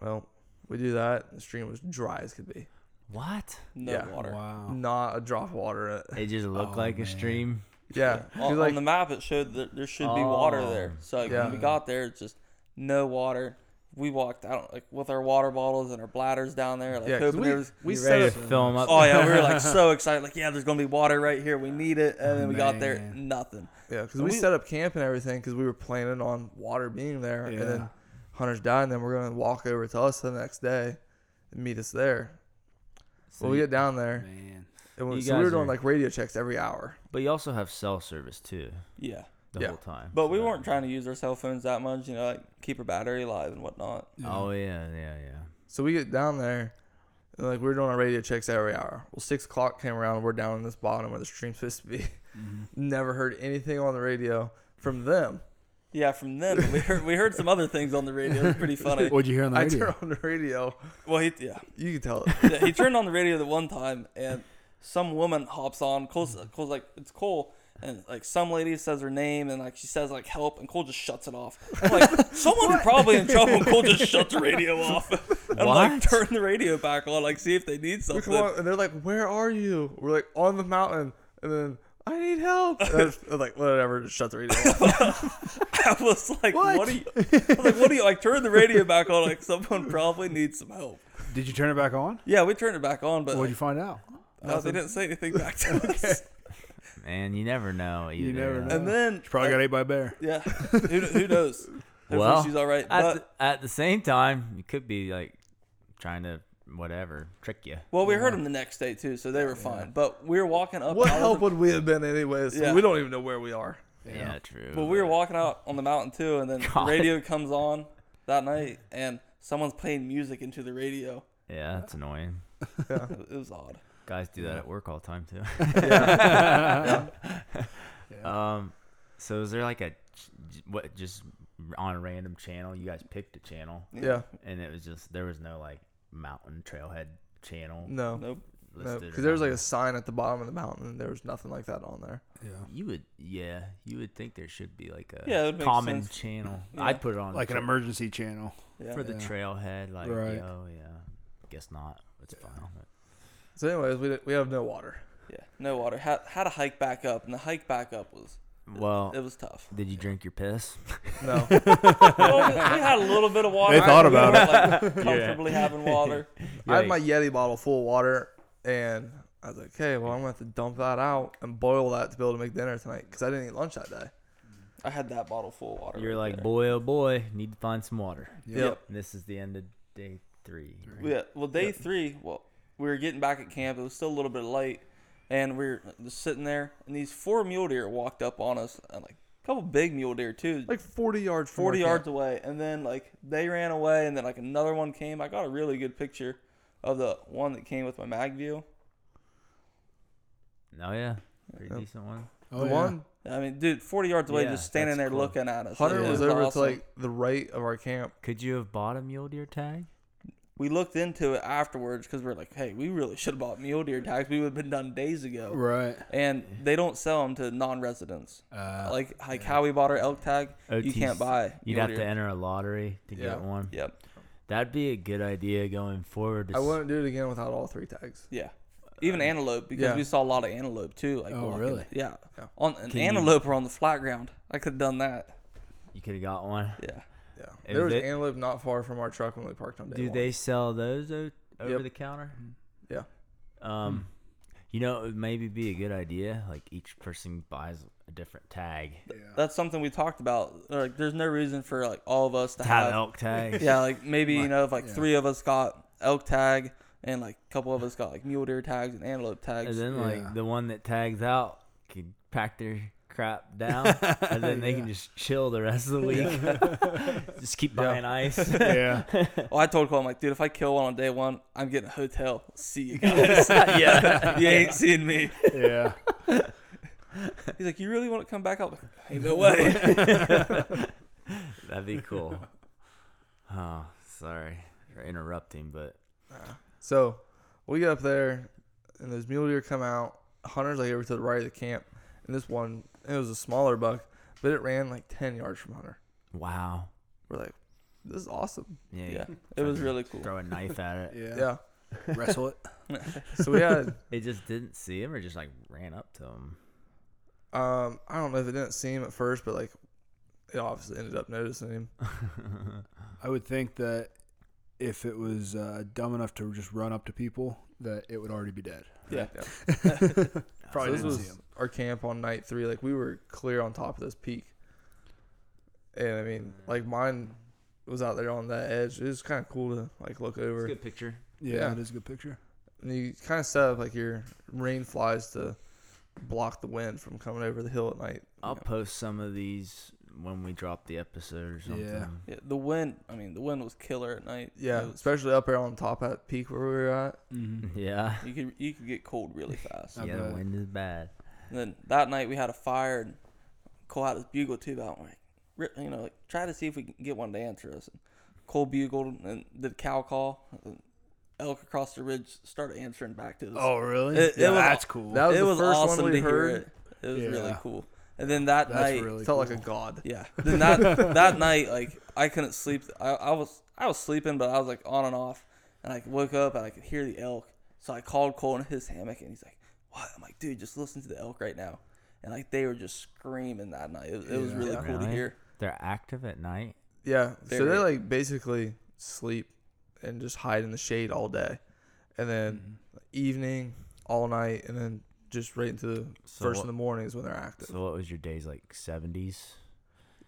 Well, we do that. The stream was dry as could be. What? no Yeah. water. Wow. Not a drop of water in it. It just looked Oh, like man. a stream. Yeah. On, You're on like, the map, it showed that there should be water Oh. there. So like, Yeah. when we got there, it's just no water. We walked out like with our water bottles and our bladders down there, like yeah, 'cause hoping we, there was. we You set ready up. to fill 'em up. Oh yeah, we were like so excited, like yeah, there's gonna be water right here. We need it, and then we got there, Man. nothing. Yeah, because we, we- set up camp and everything because we were planning on water being there. Yeah. And then Hunter's died, and then we're going to walk over to us the next day and meet us there. well, we you- get down there. Man. And we, You so we were guys doing are- like radio checks every hour. But you also have cell service too Yeah, the Yeah. whole time. but we so- weren't trying to use our cell phones that much, you know, like keep our battery alive and whatnot. Oh yeah, yeah, yeah. So we get down there, and like we were doing our radio checks every hour. Well, six o'clock came around, and we're down in this bottom where the stream's supposed to be. Never heard anything on the radio from them. Yeah, from them but we heard we heard some other things on the radio. It was pretty funny. What'd you hear on the I radio? turn on the radio. Well, he, yeah, You can tell. yeah, he turned on the radio the one time, and some woman hops on. Cole's, Cole's like, "It's Cole," and like some lady says her name, and like she says like "help," and Cole just shuts it off. I'm like someone's probably in trouble. and Cole just shuts the radio off. And like What? turn the radio back on, like see if they need We something. come on, and they're like, "Where are you?" We're like on the mountain, and then I need help. And I was- I was like whatever, just shut the radio. off. I was like, what? What? are you? I was like, what are you? Like turn the radio back on. Like someone probably needs some help. Did you turn it back on? Yeah, we turned it back on, but What'd like, you find out? no, they didn't say anything back to us. Man, you never know either. never uh, know. And then Probably got ate by a bear. Yeah. who, who knows? Hopefully Well, she's all right. At, But, the, at the same time, you could be like trying to whatever trick you. well, we heard him the next day too, so they were fine. But we were walking up. what out of help the- would we have been anyways? Yeah. We don't even know where we are. Yeah, true. Well, we were walking out on the mountain too, and then the God. radio comes on that night, and someone's playing music into the radio. yeah, that's annoying. It was odd. Guys do that at work all the time too. Um, so is there like a ch- what just on a random channel? You guys picked a channel, Yeah, and it was just there was no like mountain trailhead channel. no, Nope. no, listed or because there was like a nothing. sign at the bottom of the mountain, and there was nothing like that on there. Yeah. you would yeah you would think there should be like a Yeah, it would make common sense. channel. Yeah. I'd put it on Like an tra- emergency channel. Yeah. for the Yeah. trailhead. Like Right. oh yeah, guess not. It's fine. So, anyways, we we have no water. yeah. No water. Had had to hike back up, and the hike back up was Well, it was tough. did you drink your piss? No. Well, we had a little bit of water. They thought We about weren't, like, comfortably having water. I had my Yeti bottle full of water, and I was like, "Okay, well, I'm gonna have to dump that out and boil that to be able to make dinner tonight because I didn't eat lunch that day." I had that bottle full of water. You're right like there. boy oh boy, need to find some water. Yep. And this is the end of day three. Yeah. Well, day three, well, we were getting back at camp. It was still a little bit light, and we were just sitting there, and these four mule deer walked up on us, and like a couple big mule deer too, Like 40 yards. From forty our yards camp. away, and then like they ran away, and then like another one came. I got a really good picture of the one that came with my mag view. Oh yeah, pretty decent one. Oh, the yeah. one I mean, dude, forty yards away, Yeah, just standing that's there cool. looking at us. Hunter It was over awesome. to like the right of our camp. Could you have bought a mule deer tag? we looked into it afterwards because we are like, hey, we really should have bought mule deer tags. We would have been done days ago. Right. and they don't sell them to non-residents. Uh, like like how we bought our elk tag, you can't OTC. buy. You'd mule have deer. to enter a lottery to Yeah. get one. Yep. That'd be a good idea going forward. To I s- wouldn't do it again without all three tags. Yeah. Even antelope because yeah. we saw a lot of antelope too. Like Oh, walking. really? Yeah. Yeah. On an Can you- antelope were on the flat ground. I could have done that. You could have got one. Yeah. Yeah, If there was they- antelope not far from our truck when we parked on day Do one. they sell those o- over Yep. the counter? Yeah. Um, You know, it would maybe be a good idea. Like each person buys a different tag. That's something we talked about. Like, there's no reason for like all of us to To have have. elk tags. Uh, Yeah, like maybe you know, if like three of us got elk tag, and like a couple of us got like mule deer tags and antelope tags. And then like Yeah. the one that tags out can pack their crap down, and then they can just chill the rest of the week. just keep buying ice. Yeah. Well, Oh, I told Cole, I'm like, dude, if I kill one on day one, I'm getting a hotel. See you guys. yeah, you ain't seeing me. Yeah. He's like, you really want to come back up? Hey, no way. That'd be cool. Oh, sorry for interrupting, but So we get up there, and those mule deer come out. Hunter's like over to the right of the camp, and this one, it was a smaller buck, but it ran like ten yards from Hunter. wow. We're like, this is awesome. Yeah. yeah, it was really cool. Throw a knife at it. Yeah. Yeah. Wrestle it. So we had, They just didn't see him, or just like ran up to him. um, I don't know if it didn't seem at first, but like, it obviously ended up noticing him. I would think that if it was uh, dumb enough to just run up to people, that it would already be dead. Yeah. So Probably this didn't see was him. our camp on night three. Like we were clear on top of this peak, and I mean, like mine was out there on that edge. It was kind of cool to like look over. Good picture. Yeah, Yeah. it is a good picture. and you kind of set up like your rain flies to block the wind from coming over the hill at night. I'll post some of these when we drop the episode or something. Yeah. Yeah, the wind. I mean, the wind was killer at night. Yeah, It was- especially up there on top of that peak where we were at. Mm-hmm. Yeah. you could you could get cold really fast. I yeah, the bet. wind is bad. And then that night we had a fire and Cole had his bugle tube out. and we're like, "Rip," you know, like try to see if we can get one to answer us. And Cole bugled and did cow call. And elk across the ridge started answering back to us. Oh, really? It- it yeah, was- that's cool. That was it the was first awesome one to we hear heard. it. It was really Yeah. cool. And then that that's night, really Felt cool. like a god. yeah. Then that that night, like I couldn't sleep. I, I was I was sleeping, but I was like on and off. And I woke up and I could hear the elk. So I called Cole in his hammock, and he's like, "What?" I'm like, "Dude, just listen to the elk right now." And like they were just screaming that night. It, it was really cool to Really? hear. They're active at night. Yeah, so they Very. like basically sleep and just hide in the shade all day, and then Mm-hmm. evening, all night, and then just right into the So first what- in the morning is when they're active. So what was your days like? Seventies.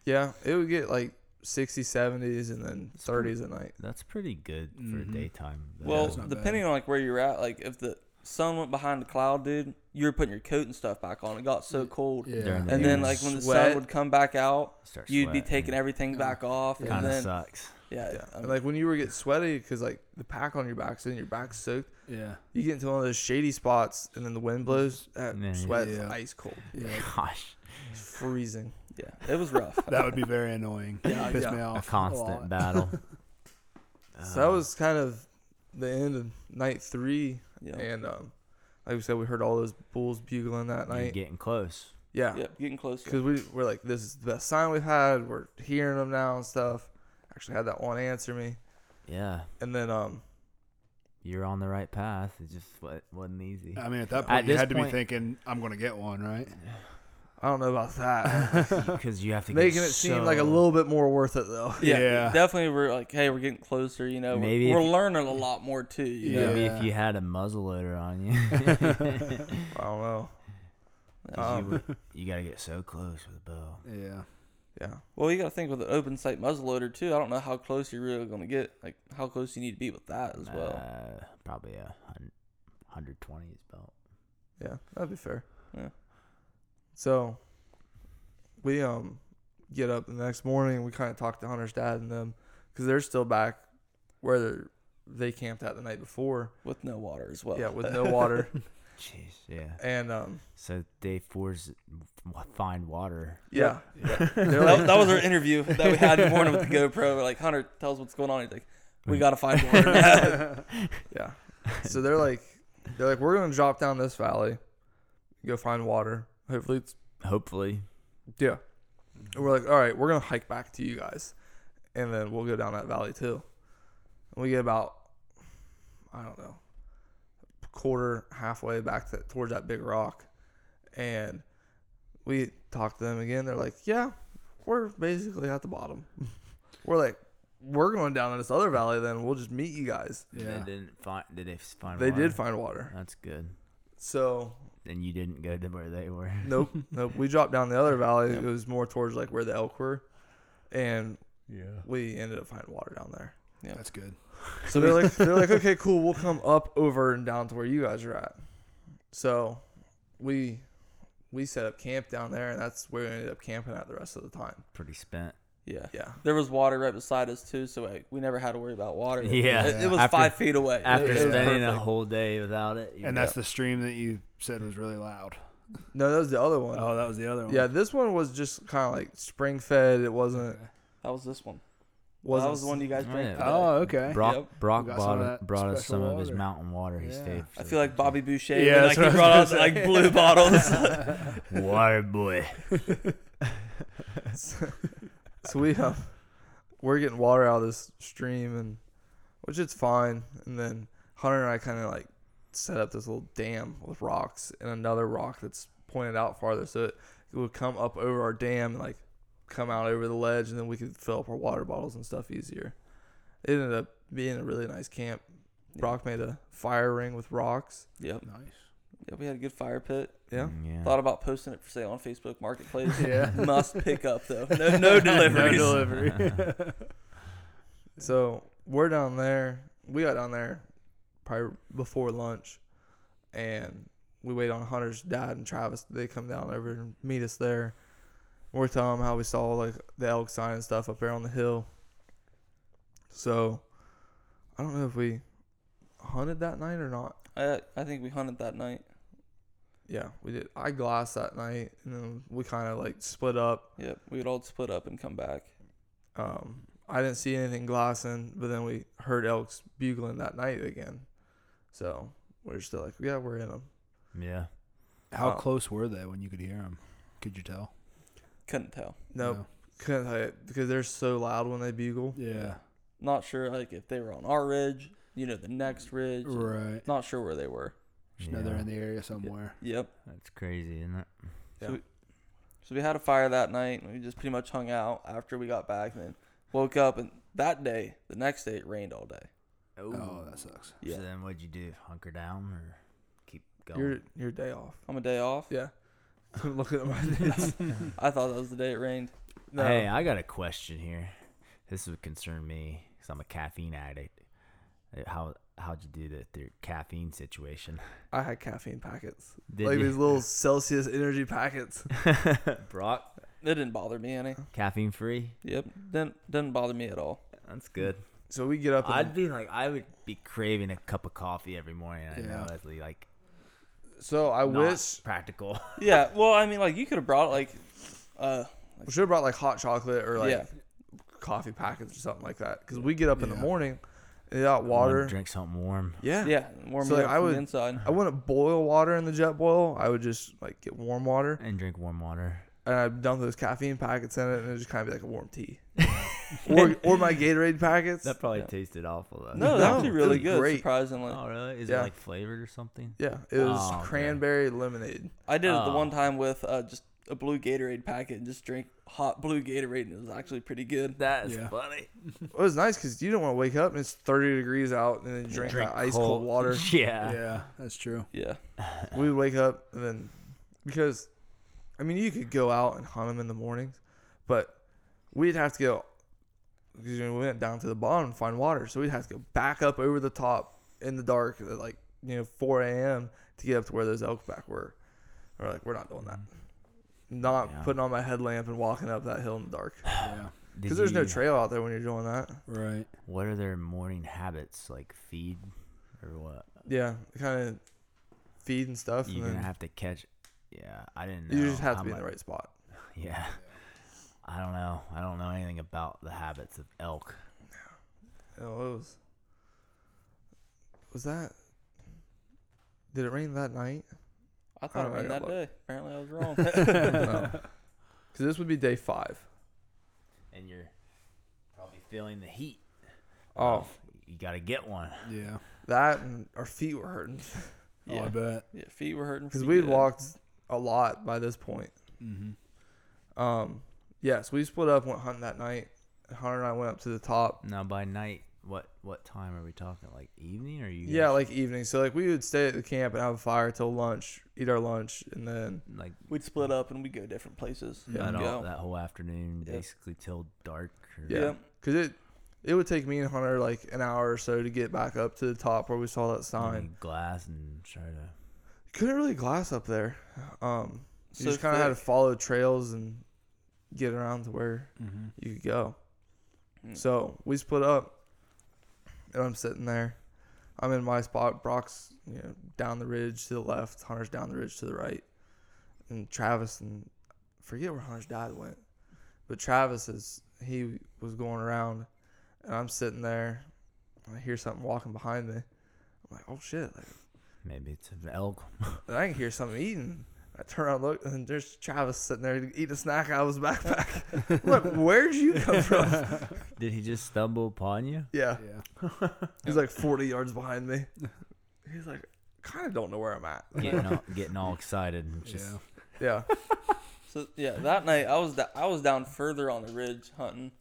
yeah, it would get like 60s, 70s, and then 30s at night. That's pretty good for Mm-hmm. daytime. though. Well, it's not depending on like where you're at, like if the sun went behind the cloud, dude, you were putting your coat and stuff back on. It got so cold. Yeah. During the And day. then like when the sun Sweat. would come back out, Start you'd be sweating. taking everything back off, and kind of then sucks. yeah, Yeah, I and mean, like when you were getting sweaty because like the pack on your back, so then your back's soaked. yeah. You get into one of those shady spots, and then the wind blows. That Yeah. sweat's Yeah. ice cold, Yeah. Gosh, It's freezing. yeah, it was rough. That would be very annoying. Yeah, piss me a off. constant lot. battle. Uh, so that was kind of the end of night three, Yeah. and um, like we said, we heard all those bulls bugling that You're night. getting close. yeah, Yep, getting closer. because we were like, this is the best sign we've had. We're hearing them now and stuff. Actually, had that one answer me, Yeah, and then um, you're on the right path. It just wa- wasn't easy. I mean, at that At point, you this had to be point- thinking, "I'm going to get one," right? I don't know about that. Because you have to get Making it seem like a so- little bit more worth it though. yeah, Yeah. definitely. We're like, hey, we're getting closer. You know, Maybe we're, we're if- learning a lot more too. You know? Maybe Yeah. if you had a muzzleloader on you, I don't know. Oh. Um, 'Cause you, would- you gotta get so close with a bow. Yeah. Yeah. Well, you got to think with an open sight muzzleloader too. I don't know how close you're really going to get. Like how close you need to be with that as well. Uh, probably a hun- 120 is about. Yeah, that'd be fair. Yeah. So we um get up the next morning. and We kind of talk to Hunter's dad and them because they're still back where they're, they camped out the night before. With no water as well. Yeah, with no water Jeez, yeah. and um So day four's w- find water. yeah, They're that, like, that was our interview that we had in the morning with the GoPro. We're like Hunter tells what's going on. He's like, Mm. we got to find water. now." yeah. So they're like they're like we're gonna drop down this valley, go find water. Hopefully it's Hopefully, yeah. And we're like all right, we're gonna hike back to you guys, and then we'll go down that valley too. And we get about I don't know quarter halfway back to, towards that big rock, and we talk to them again. They're like, "Yeah, we're basically at the bottom." we're like, "We're going down in this other valley. Then we'll just meet you guys." they Yeah. didn't find. Did they s- find? They water? did find water, That's good. So And you didn't go to where they were. nope, nope. We dropped down the other valley. It was more towards like where the elk were, and Yeah. we ended up finding water down there. That's good. So they're like, they're like, okay, cool. We'll come up over and down to where you guys are at. So we we set up camp down there, and that's where we ended up camping at the rest of the time. Pretty spent. Yeah. Yeah. There was water right beside us too, so like, we never had to worry about water. Yeah. It, it was After- five feet away. After It was spending a perfect. whole day without it. you And know. that's the stream that you said was really loud. No, that was the other one. Oh, that was the other one. Yeah, this one was just kind of like spring fed. It wasn't That was this one. wasn't that was the one you guys Oh, drank. yeah. today. Oh, okay. Brock, Yep. Brock We got some bought, of us- that brought us special some of his water. mountain water. He Yeah. stayed. I for feel like Bobby Boucher. Yeah, Yeah, that's like he what I brought out was like blue bottles. water boy. so we um, we're getting water out of this stream and which is fine and then hunter and i kind of like set up this little dam with rocks and another rock that's pointed out farther so it, it would come up over our dam and like come out over the ledge and then we could fill up our water bottles and stuff easier it ended up being a really nice camp Yeah. brock made a fire ring with rocks yep. Nice. Yeah, we had a good fire pit. yeah Yeah. Thought about posting it for sale on Facebook Marketplace. Yeah. Must pick up though. No, no No deliveries. delivery. So we're down there. We got down there probably before lunch, and we wait on Hunter's dad and Travis. They come down over and meet us there. We're telling them how we saw like the elk sign and stuff up there on the hill. So I don't know if we hunted that night or not. I I think we hunted that night. Yeah, we did. I glassed that night, and then we kind of like split up. Yep. We would all split up and come back. Um, I didn't see anything glassing, but then we heard elks bugling that night again. So we're still like, yeah, we're in them. yeah. How Oh. close were they when you could hear them? Could you tell? Couldn't tell. Nope, couldn't tell you because they're so loud when they bugle. No. Yeah. Not sure like if they were on our ridge, you know, the next ridge. Right. Not sure where they were. Just know they're Yeah. in the area somewhere. Yep. That's crazy, isn't it? So we had a fire that night and we just pretty much hung out after we got back and then woke up and that day, the next day it rained all day. Oh, that sucks. Yeah. So then what'd you do? Hunker down or keep going? Your your day off. I'm a day off. Yeah. I'm looking at my days. I thought that was the day it rained. No. Hey, I got a question here. This would concern me because I'm a caffeine addict. Uh, How how'd you do that? Their caffeine situation. I had caffeine packets, Did like you? these little Celsius energy packets. Brock, It didn't bother me any. caffeine free. Yep. Didn't didn't bother me at all. That's good. So we get up. I'd And, be like, I would be craving a cup of coffee every morning. I Yeah. know that's like so I not wish practical. Yeah, well I mean like you could have brought like uh we should have brought like hot chocolate or like Yeah. coffee packets or something like that. Because we get up in the Yeah. morning, and got Wanna water. Drink something warm. Yeah. yeah, warm So, it like, up I from would- the inside. I wouldn't boil water in the jet boil. I would just like get warm water And drink warm water. and I'd dump those caffeine packets in it and it just kind of be like a warm tea. or or my Gatorade packets. That probably Yeah. tasted awful though. No, that's actually No, really it was good, great. surprisingly. Oh really? Is Yeah. it like flavored or something? Yeah, it was Oh, okay. cranberry lemonade. I did it the Oh. one time with uh, just a blue Gatorade packet and just drank hot blue Gatorade, and it was actually pretty good. That's Yeah. funny. It was nice because you don't want to wake up and it's 30 degrees out and then drink, that ice cold, water. Yeah. Yeah, that's true. Yeah, we would wake up and then because, I mean, you could go out and hunt them in the mornings, but we'd have to go because you know, we went down to the bottom and find water, so we'd have to go back up over the top in the dark at like you know 4 a.m. to get up to where those elk back were. We're like, we're not doing that. Not Mm. Yeah. putting on my headlamp and walking up that hill in the dark Yeah. Did because there's no you- trail out there when you're doing that. Right. What are their morning habits like? Feed or what? Yeah, kind of feed and stuff, You're and gonna then have to catch. Yeah, I didn't. Know you just have how to be in the mu- right spot. Yeah. I don't know. I don't know anything about the habits of elk. You know, it was. Was that? Did it rain that night? I thought Oh, it I rained got that lucky. day. Apparently, I was wrong. Because this would be day five. And you're probably feeling the heat. Oh, You gotta get one. Yeah. that and our feet were hurting Oh, I yeah. bet. yeah, feet were hurting because pretty we'd good. walked a lot by this point. Mm-hmm. Um, yes, we split up, went hunting that night. Hunter and I went up to the top. Now by night, what what time are we talking? Like evening? Or you? Yeah, guys- like evening. So like we would stay at the camp and have a fire till lunch, eat our lunch, and then like We'd split up and we'd go different places. that, We'd all, go. that whole afternoon, Yeah. basically till dark. Or, yeah, Yeah. cause it it would take me and Hunter like an hour or so to get back up to the top where we saw that I sign. mean, glass and try to. Couldn't really glass up there. Um, So you just kind of had to thick. follow trails and get around to where Mm-hmm. you could go. Mm. So we split up, and I'm sitting there. I'm in my spot. Brock's you know down the ridge to the left. Hunter's down the ridge to the right, and Travis and I forget where Hunter's dad went, but Travis is he was going around, and I'm sitting there. and I hear something walking behind me. I'm like, oh shit! Like, Maybe it's an elk. and I can hear something eating. I turn around, and look, and there's Travis sitting there eating a snack out of his backpack. look, where'd you come from? Did he just stumble upon you? Yeah. Yeah. He's like 40 yards behind me. He's like, kind of don't know where I'm at. Getting all, getting all excited and just yeah. Yeah. So yeah, that night I was da- I was down further on the ridge hunting,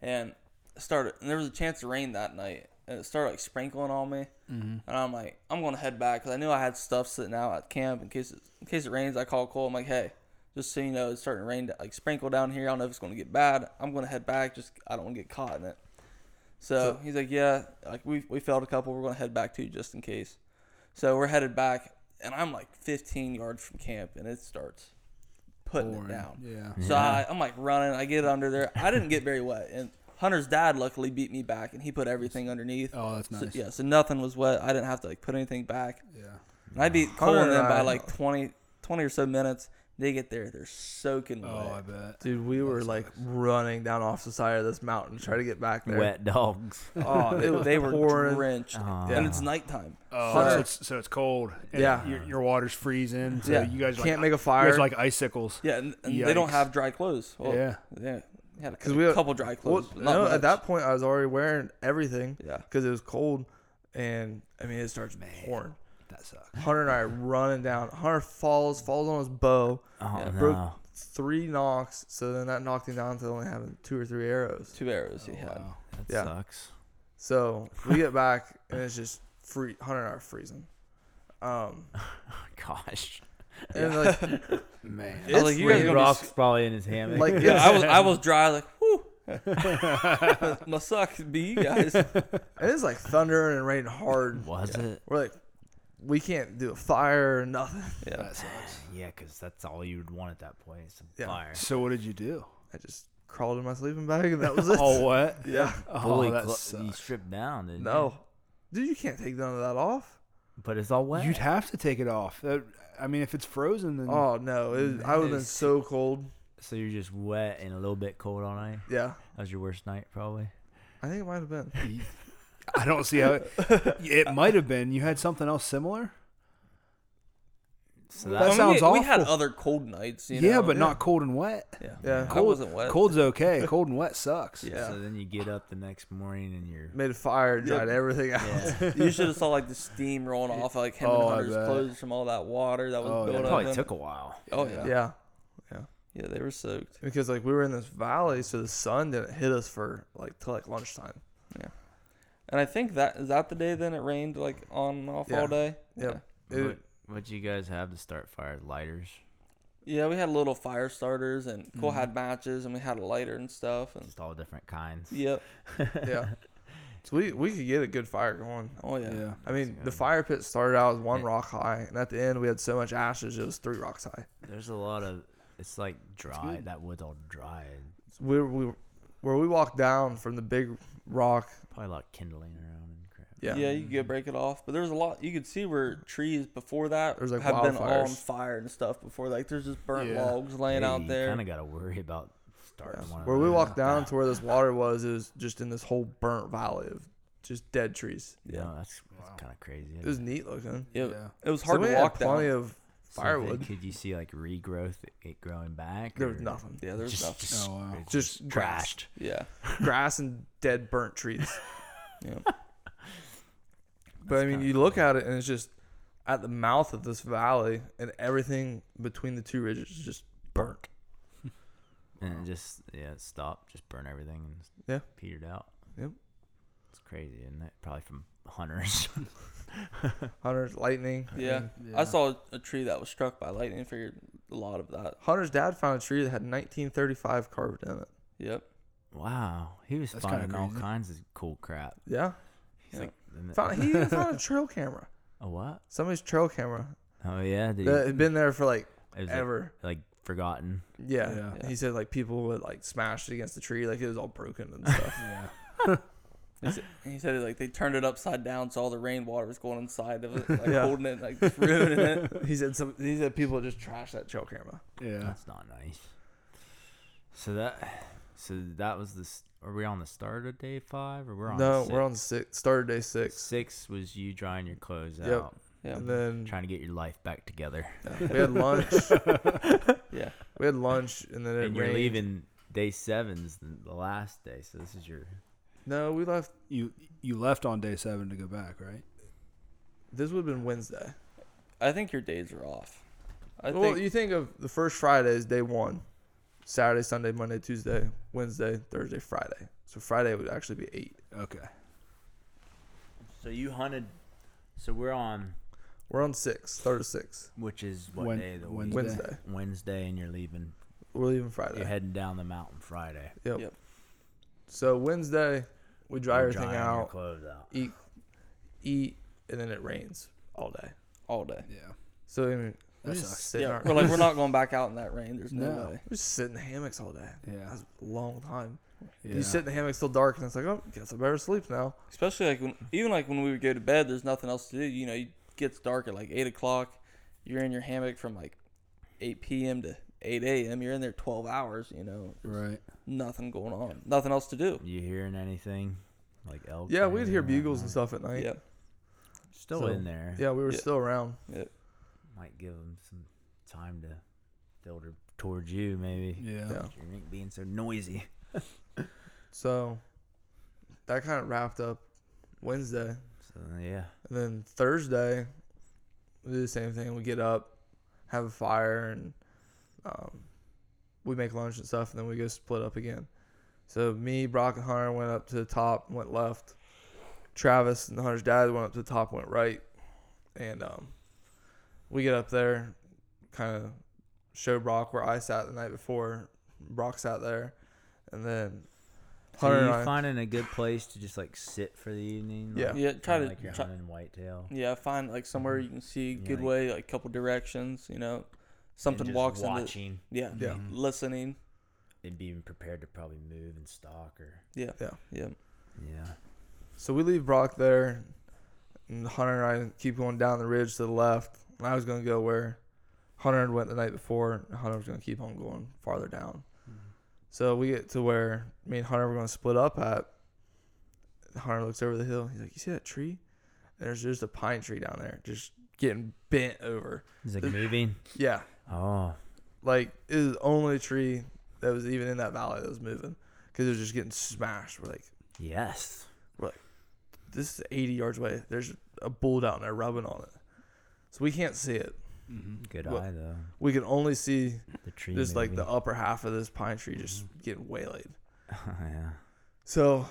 and it started and there was a chance of rain that night, and it started like sprinkling on me, mm-hmm. and I'm like I'm gonna head back because I knew I had stuff sitting out at camp in case it, in case it rains. I call Cole. I'm like, hey, just so you know, it's starting to rain like sprinkle down here. I don't know if it's gonna get bad. I'm gonna head back. Just I don't want to get caught in it. So he's like, yeah, like we we failed a couple. We're gonna head back too, just in case. So we're headed back, and I'm like 15 yards from camp, and it starts putting Boring. it down. Yeah. So I, I'm like running. I get under there. I didn't get very wet, and Hunter's dad luckily beat me back, and he put everything underneath. Oh, that's So, nice. yeah, so nothing was wet. I didn't have to like put anything back, Yeah. and I beat Cole Hunter and them and by I- like 20, 20 or so minutes. They get there, they're soaking wet. Oh, I bet. Dude, we were That's like running down off the side of this mountain to try to get back there. wet dogs. Oh, it was they were pouring. drenched, and it's nighttime. Oh, Hunter- so it's, so it's cold. and Yeah. Your, your water's freezing. So Yeah. You guys are Can't like, make a You fire. guys are like icicles. Yeah, and, and they Yikes. don't have dry clothes. Well, Yeah. yeah, we had a 'Cause we- couple dry Well, clothes. but not no, much. at that point, I was already wearing everything yeah, because it was cold. And I mean, it starts pouring. That sucks. Hunter and I are running down. Hunter falls, falls on his bow, Oh Yeah. no. broke three knocks. So then that knocked him down to only having two or three arrows. two arrows he had. Wow. That Yeah. sucks. So we get back and it's just free Hunter and I are freezing. Um, Gosh. and like, Man. I was It's like, you guys Big are gonna be Rock's probably in his hammock. like Yeah, it's, I was I was dry like whew. Must suck to be you guys. and it's like thundering and raining hard. was it? We're like, we can't do a fire or nothing. Yeah. That sucks. Yeah, because that's all you would want at that point. Some Yeah. fire. So what did you do? I just crawled in my sleeping bag and that was it. Oh, what? yeah. Oh, Fully that clo- you sucks. stripped down. didn't No, dude, you can't take none of that off. you? But it's all wet. You'd have to take it off. That- I mean, if it's frozen, then Oh no, it, I would have been so cold. so you're just wet and a little bit cold all night. Yeah, That was your worst night, probably. I think it might have been. I don't see how it, it might have been. You had something else similar? So That that, we- sounds we, had awful. other cold nights, you yeah, know? but not cold and wet. yeah. Yeah, I wasn't wet. Cold's okay. Cold and wet sucks. Yeah. So then you get up the next morning and you're. made a fire, dried everything out. Yeah. You should have saw like the steam rolling off like him Oh, I and Hunter's bet. clothes from all that water that was Oh, yeah. it built up. probably in- took a while. oh yeah. yeah. yeah, they were soaked. because like we were in this valley, so the sun didn't hit us for like till like lunchtime. And I think that is that the day then it rained like on and off Yeah. all day. Yep. It- What what you guys have to start fire? Lighters. Yeah. Yeah, we had little fire starters and Cole had matches and we had a lighter and stuff and Just all different kinds. Yep. yeah. So we we could get a good fire going. Oh yeah. Yeah. I mean, That's the good. fire pit started out as one Yeah. rock high, and at the end we had so much ashes it was three rocks high. There's a lot of. It's like dry. good. that wood's all dry. And So we, we where we walked down from the big rock. probably a lot of kindling around and crap. Yeah. Yeah, you could go break it off. But there's a lot you could see where trees before that There's, like, have been all on wildfires. fire and stuff before. Like there's just burnt Yeah. logs laying Hey, out You there. kind of got to worry about starting one. of Where we those. walked down to where this water was, it was just in this whole burnt valley of just dead trees. Yeah, yeah. that's, that's kind of crazy. It was neat looking. yeah. Yeah. It was So hard we to had walk down. plenty of firewood. Could you see like regrowth, it growing back? there was or nothing. yeah, there's just, nothing. just, Oh, wow. it Just just grass. crashed. Yeah. Grass and dead burnt trees. Yeah. But I mean, kinda you look at it and it's just at the mouth of this valley, and everything between the two ridges is just burnt. And it just yeah, it stopped. Just burned everything and s- Yeah. petered out. Yep. It's crazy, isn't it? Probably from hunters. Hunter's lightning. Yeah. Yeah. I saw a tree that was struck by lightning. and Figured a lot of that. Hunter's dad found a tree that had 1935 carved in it. Yep. wow, he was That's kinda finding all crazy. kinds of cool crap. Yeah. He's Yeah. like, isn't it- Found, he even found a trail camera. a what? Somebody's trail camera Oh yeah, dude. that had been there for like It was, like- ever. like forgotten. yeah. Yeah. He said like people would like smash it against the tree, like it was all broken and stuff. Yeah. He said, he said it like they turned it upside down, so all the rainwater was going inside of it, like Yeah. holding it, like just ruining it. he said some. He said people just trash that trail camera. Yeah. That's not nice. So that, so that was the. s- Are we on the start of day five, or we're on? no, six? we're on six. Started day six, Six was you drying your clothes Yep. out, Yeah, and then trying to get your life back together, we had lunch. yeah. we had lunch, and then it and you're rained. leaving. Day seven's the, the last day, so this is your. No, we left. You you left on day seven to go back, right? This would have been Wednesday. I think your days are off. I well, think you think of the first Friday is day one, Saturday, Sunday, Monday, Tuesday, Wednesday, Thursday, Friday. So Friday would actually be eight. Okay. So you hunted. So we're on, We're on six, third of six, which is what Wen- day of the week? Wednesday. Wednesday. Wednesday, and you're leaving. We're leaving Friday. You're heading down the mountain Friday. Yep. Yep. So Wednesday, we dry You're everything drying your out, clothes out. eat, eat, and then it rains all day. all day. Yeah. So I mean, That we're just sucks. sitting. Yeah, our- we're like we're not going back out in that rain. There's no, No. way. we're just sitting in hammocks all day. Yeah. That's a long time. yeah. You sit in the hammock till dark, and it's like, oh, guess I better sleep now. Especially like when, even like when we would go to bed, there's nothing else to do. You know, it gets dark at like eight o'clock. You're in your hammock from like eight p.m. to eight a.m. You're in there twelve hours. You know, Right. nothing going on, nothing else to do. You hearing anything? Like elk? Yeah, or we'd anything hear like bugles and that? stuff at night. Yeah, Still So- in there. Yeah, we were Yeah. still around. Might give them some time to filter towards you, maybe. Yeah. Yeah. You're not being so noisy. So that kind of wrapped up Wednesday. So yeah, And then Thursday, we do the same thing. We get up, have a fire, and um, we make lunch and stuff, and then we go split up again. So me, Brock, and Hunter went up to the top and went left. Travis and Hunter's dad went up to the top and went right. And um, we get up there, kind of show Brock where I sat the night before. Brock sat there. And then so Hunter are and you I. finding a good place to just like sit for the evening? Yeah. like, yeah. Try kinda to like you're try, hunting whitetail. yeah find like somewhere you can see Yeah, good like- way, like couple directions. You know, something and just walks into watching Mm-hmm. yeah Yeah. Mm-hmm. listening and being prepared to probably move and stalk or yeah Yeah. yeah yeah. So we leave Brock there, and Hunter and I keep going down the ridge to the left. And I was going to go where Hunter had went the night before, and Hunter was going to keep on going farther down. So we get to where me and Hunter were going to split up at. Hunter looks over the hill. He's like, "You see that tree? There's just a pine tree down there, just getting bent over." Is it Th- moving? Yeah, Oh, like it was the only tree that was even in that valley that was moving because it was just getting smashed. We're like, yes. this is 80 yards away. There's a bull down there rubbing on it. So we can't see it. Mm-hmm. Good What- eye though. We can only see The tree. just like the moving. upper half of this pine tree just getting waylaid. Oh, yeah. So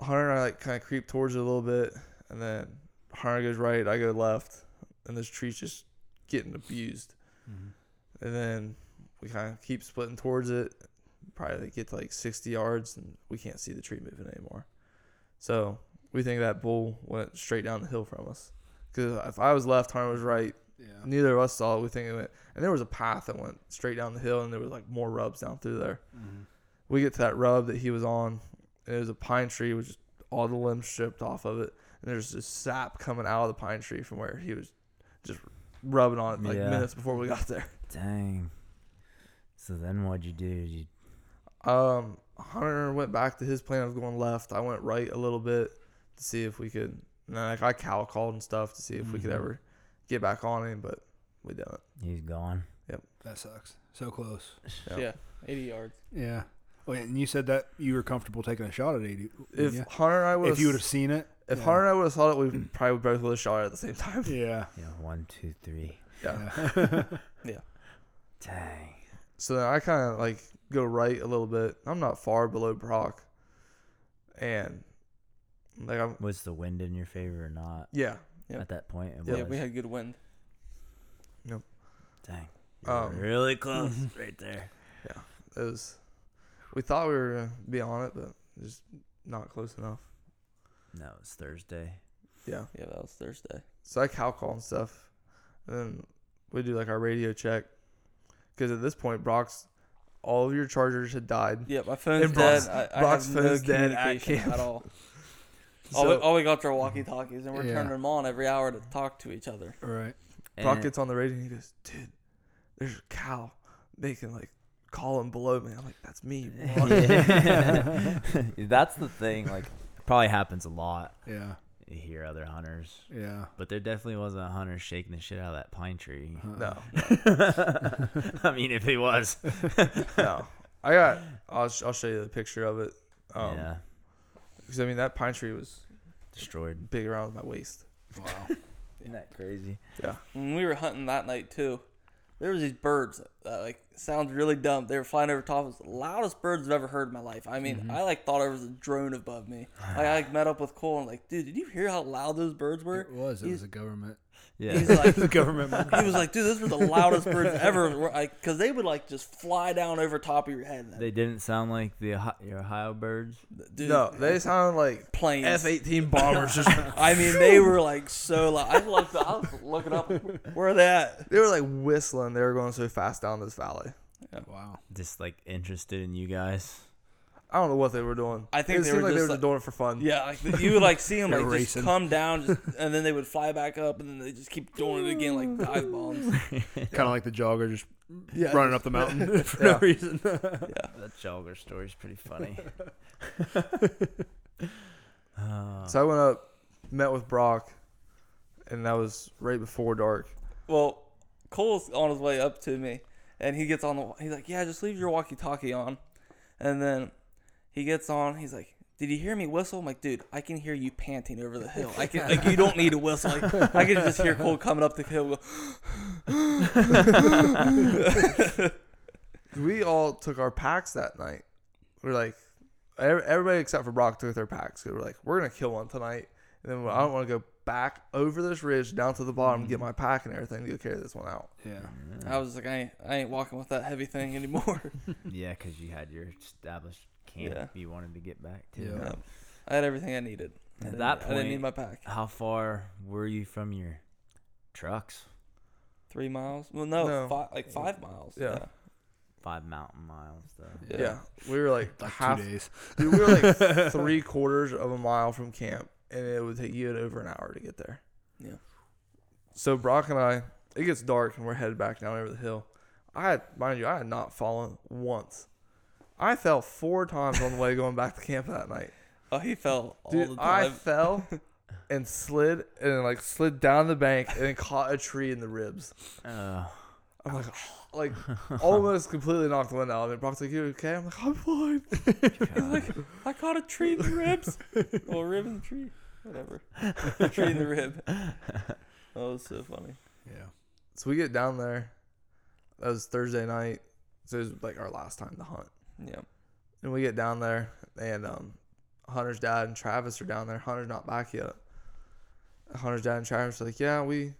Hunter and I like kind of creep towards it a little bit, and then Hunter goes right, I go left, and this tree's just getting abused. Mm-hmm. And then we kind of keep splitting towards it. Probably get to like 60 yards, and we can't see the tree moving anymore. So we think that bull went straight down the hill from us. Because if I was left, Hunter was right. Yeah. Neither of us saw it. We think it went, and there was a path that went straight down the hill, and there was like more rubs down through there. Mm-hmm. We get to that rub that he was on, and it was a pine tree with just all the limbs stripped off of it, and there's this sap coming out of the pine tree from where he was just rubbing on it like Yeah. minutes before we got there. Dang. So then what'd you do? You Um, Hunter went back to his plan of going left. I went right a little bit to see if we could. And then, like I cow called and stuff to see if we could Mhm. ever get back on him, but we didn't. he's gone. That sucks. So close. Yeah. yeah 80 yards Yeah. Wait, and you said that you were comfortable taking a shot at 80. If yeah. Hunter and I would, if you would have seen it. if yeah. Hunter and I would have saw it, we probably both would have shot it at the same time. Yeah. Yeah, one, two, three. Yeah. yeah. Dang. So then I kind of like go right a little bit. I'm not far below Brock, and Like I'm, Was the wind in your favor or not yeah. Yep. at that point? It Yeah, was. we had good wind. Dang. You were Um, really close right there. It was. We thought we were gonna be on it, but just not close enough. No, it's Thursday. Yeah. Yeah, that was Thursday. So I cow call and stuff. And then we do like our radio check. Because at this point, Brock's all of your chargers had died. Yeah, my phone's And Brock's- dead. I, I Brock's have no phone's dead at communication camp. at all. all, we, So all we got are walkie talkies, and we're Yeah. turning them on every hour to talk to each other. All right. Brock And- gets on the radio and he goes, "Dude, there's a cow making like calling below me." I'm like, "That's me." bro." Yeah. That's the thing. Like, probably happens a lot. Yeah. You hear other hunters, Yeah. but there definitely wasn't a hunter shaking the shit out of that pine tree. no, I mean, if he was, no. I got. I'll, sh- I'll show you the picture of it. Um, yeah, Because I mean, that pine tree was destroyed. big around my waist. Wow. Isn't that crazy? Yeah. When we were hunting that night too, there was these birds that like sounds really dumb. They were flying over top. It was the loudest birds I've ever heard in my life. I mean, I like thought it was a drone above me. Like, I like met up with Cole and like, dude, did you hear how loud those birds were? It was. It He's- was a government. Yeah, He's like, The government. he was like, dude, those were the loudest birds ever. Like, cause they would like just fly down over top of your head. they didn't sound like the Ohio, your Ohio birds. Dude, No, they sound like planes. F-18 bombers. Just I mean, they were like so loud. I looked, I was looking up where are they at. they were like whistling. They were going so fast down this valley. Wow. Just like interested in you guys. I don't know what they were doing. I think it they seemed were like they just were like- just doing it for fun. Yeah, like you would like see them They're like racing. just come down, just, and then they would fly back up, and then they just keep doing it again like dive bombs. Kind of like the jogger just Yeah, running up the mountain for Yeah. no reason. That jogger story's pretty funny. Uh, So I went up, met with Brock, and that was right before dark. Well, Cole's on his way up to me, and he gets on the. He's like, "Yeah, just leave your walkie-talkie on," and then he gets on. He's like. Did you hear me whistle? I'm like, dude, I can hear you panting over the hill. I can, like, you don't need to whistle. Like, I can just hear Cole coming up the hill. Go, We all took our packs that night. We're like, ev- everybody except for Brock took their packs. 'cause We're like, we're gonna kill one tonight, and then I don't want to go back over this ridge down to the bottom, get Mm-hmm. my pack and everything to go carry this one out. Yeah. I was like, I ain't, I ain't walking with that heavy thing anymore. yeah, because you had your established camp Yeah. you wanted to get back to. Yeah. Um, I had everything I needed. At I didn't- that I didn't point- need my pack. How far were you from your trucks? Three miles? Well, no, No. Five, like five miles. Yeah. Five mountain miles, though. Yeah. Yeah, we were like, Like half, two days. dude, we were like three quarters of a mile from camp, and it would take you over an hour to get there. Yeah. So Brock and I, it gets dark and we're headed back down over the hill. I had, mind you, I had not fallen once. I fell four times on the way going back to camp that night. Oh, he fell all Dude, the I time. fell and slid and like slid down the bank and then caught a tree in the ribs. Uh, I'm like, like almost completely knocked the wind out of me. Brock's like, "You okay?" I'm like, "I'm fine." He's like, I caught a tree in the ribs. well, rib in the tree. Whatever. tree in the rib. That was so funny. Yeah. So we get down there. That was Thursday night. So it was like our last time to hunt. Yeah. And we get down there, and um, Hunter's dad and Travis are down there. Hunter's not back yet. Hunter's dad and Travis are like, yeah, we,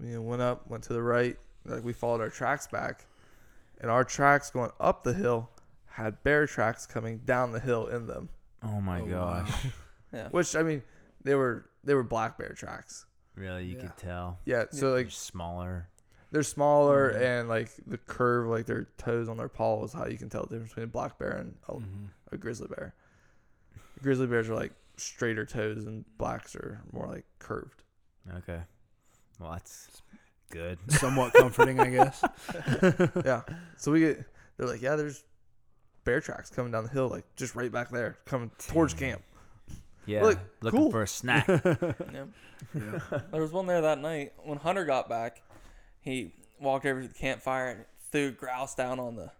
we went up, went to the right, like we followed our tracks back, and our tracks going up the hill had bear tracks coming down the hill in them. oh my Oh, wow. gosh. Which I mean, they were they were black bear tracks. Really, you Yeah. could tell. Yeah. So They're like smaller. they're smaller Mm-hmm. and like the curve, like their toes on their paw is how you can tell the difference between a black bear and a, Mm. Mm-hmm. a grizzly bear. Grizzly bears are like straighter toes and blacks are more like curved. Okay. Well, that's good. Somewhat comforting, I guess. yeah. So we get they're like, yeah, there's bear tracks coming down the hill, like just right back there, coming towards camp. Yeah. Look, looking cool. Oh, for a snack. Yeah. Yeah. There was one there that night when Hunter got back. He walked over to the campfire and threw a grouse down on the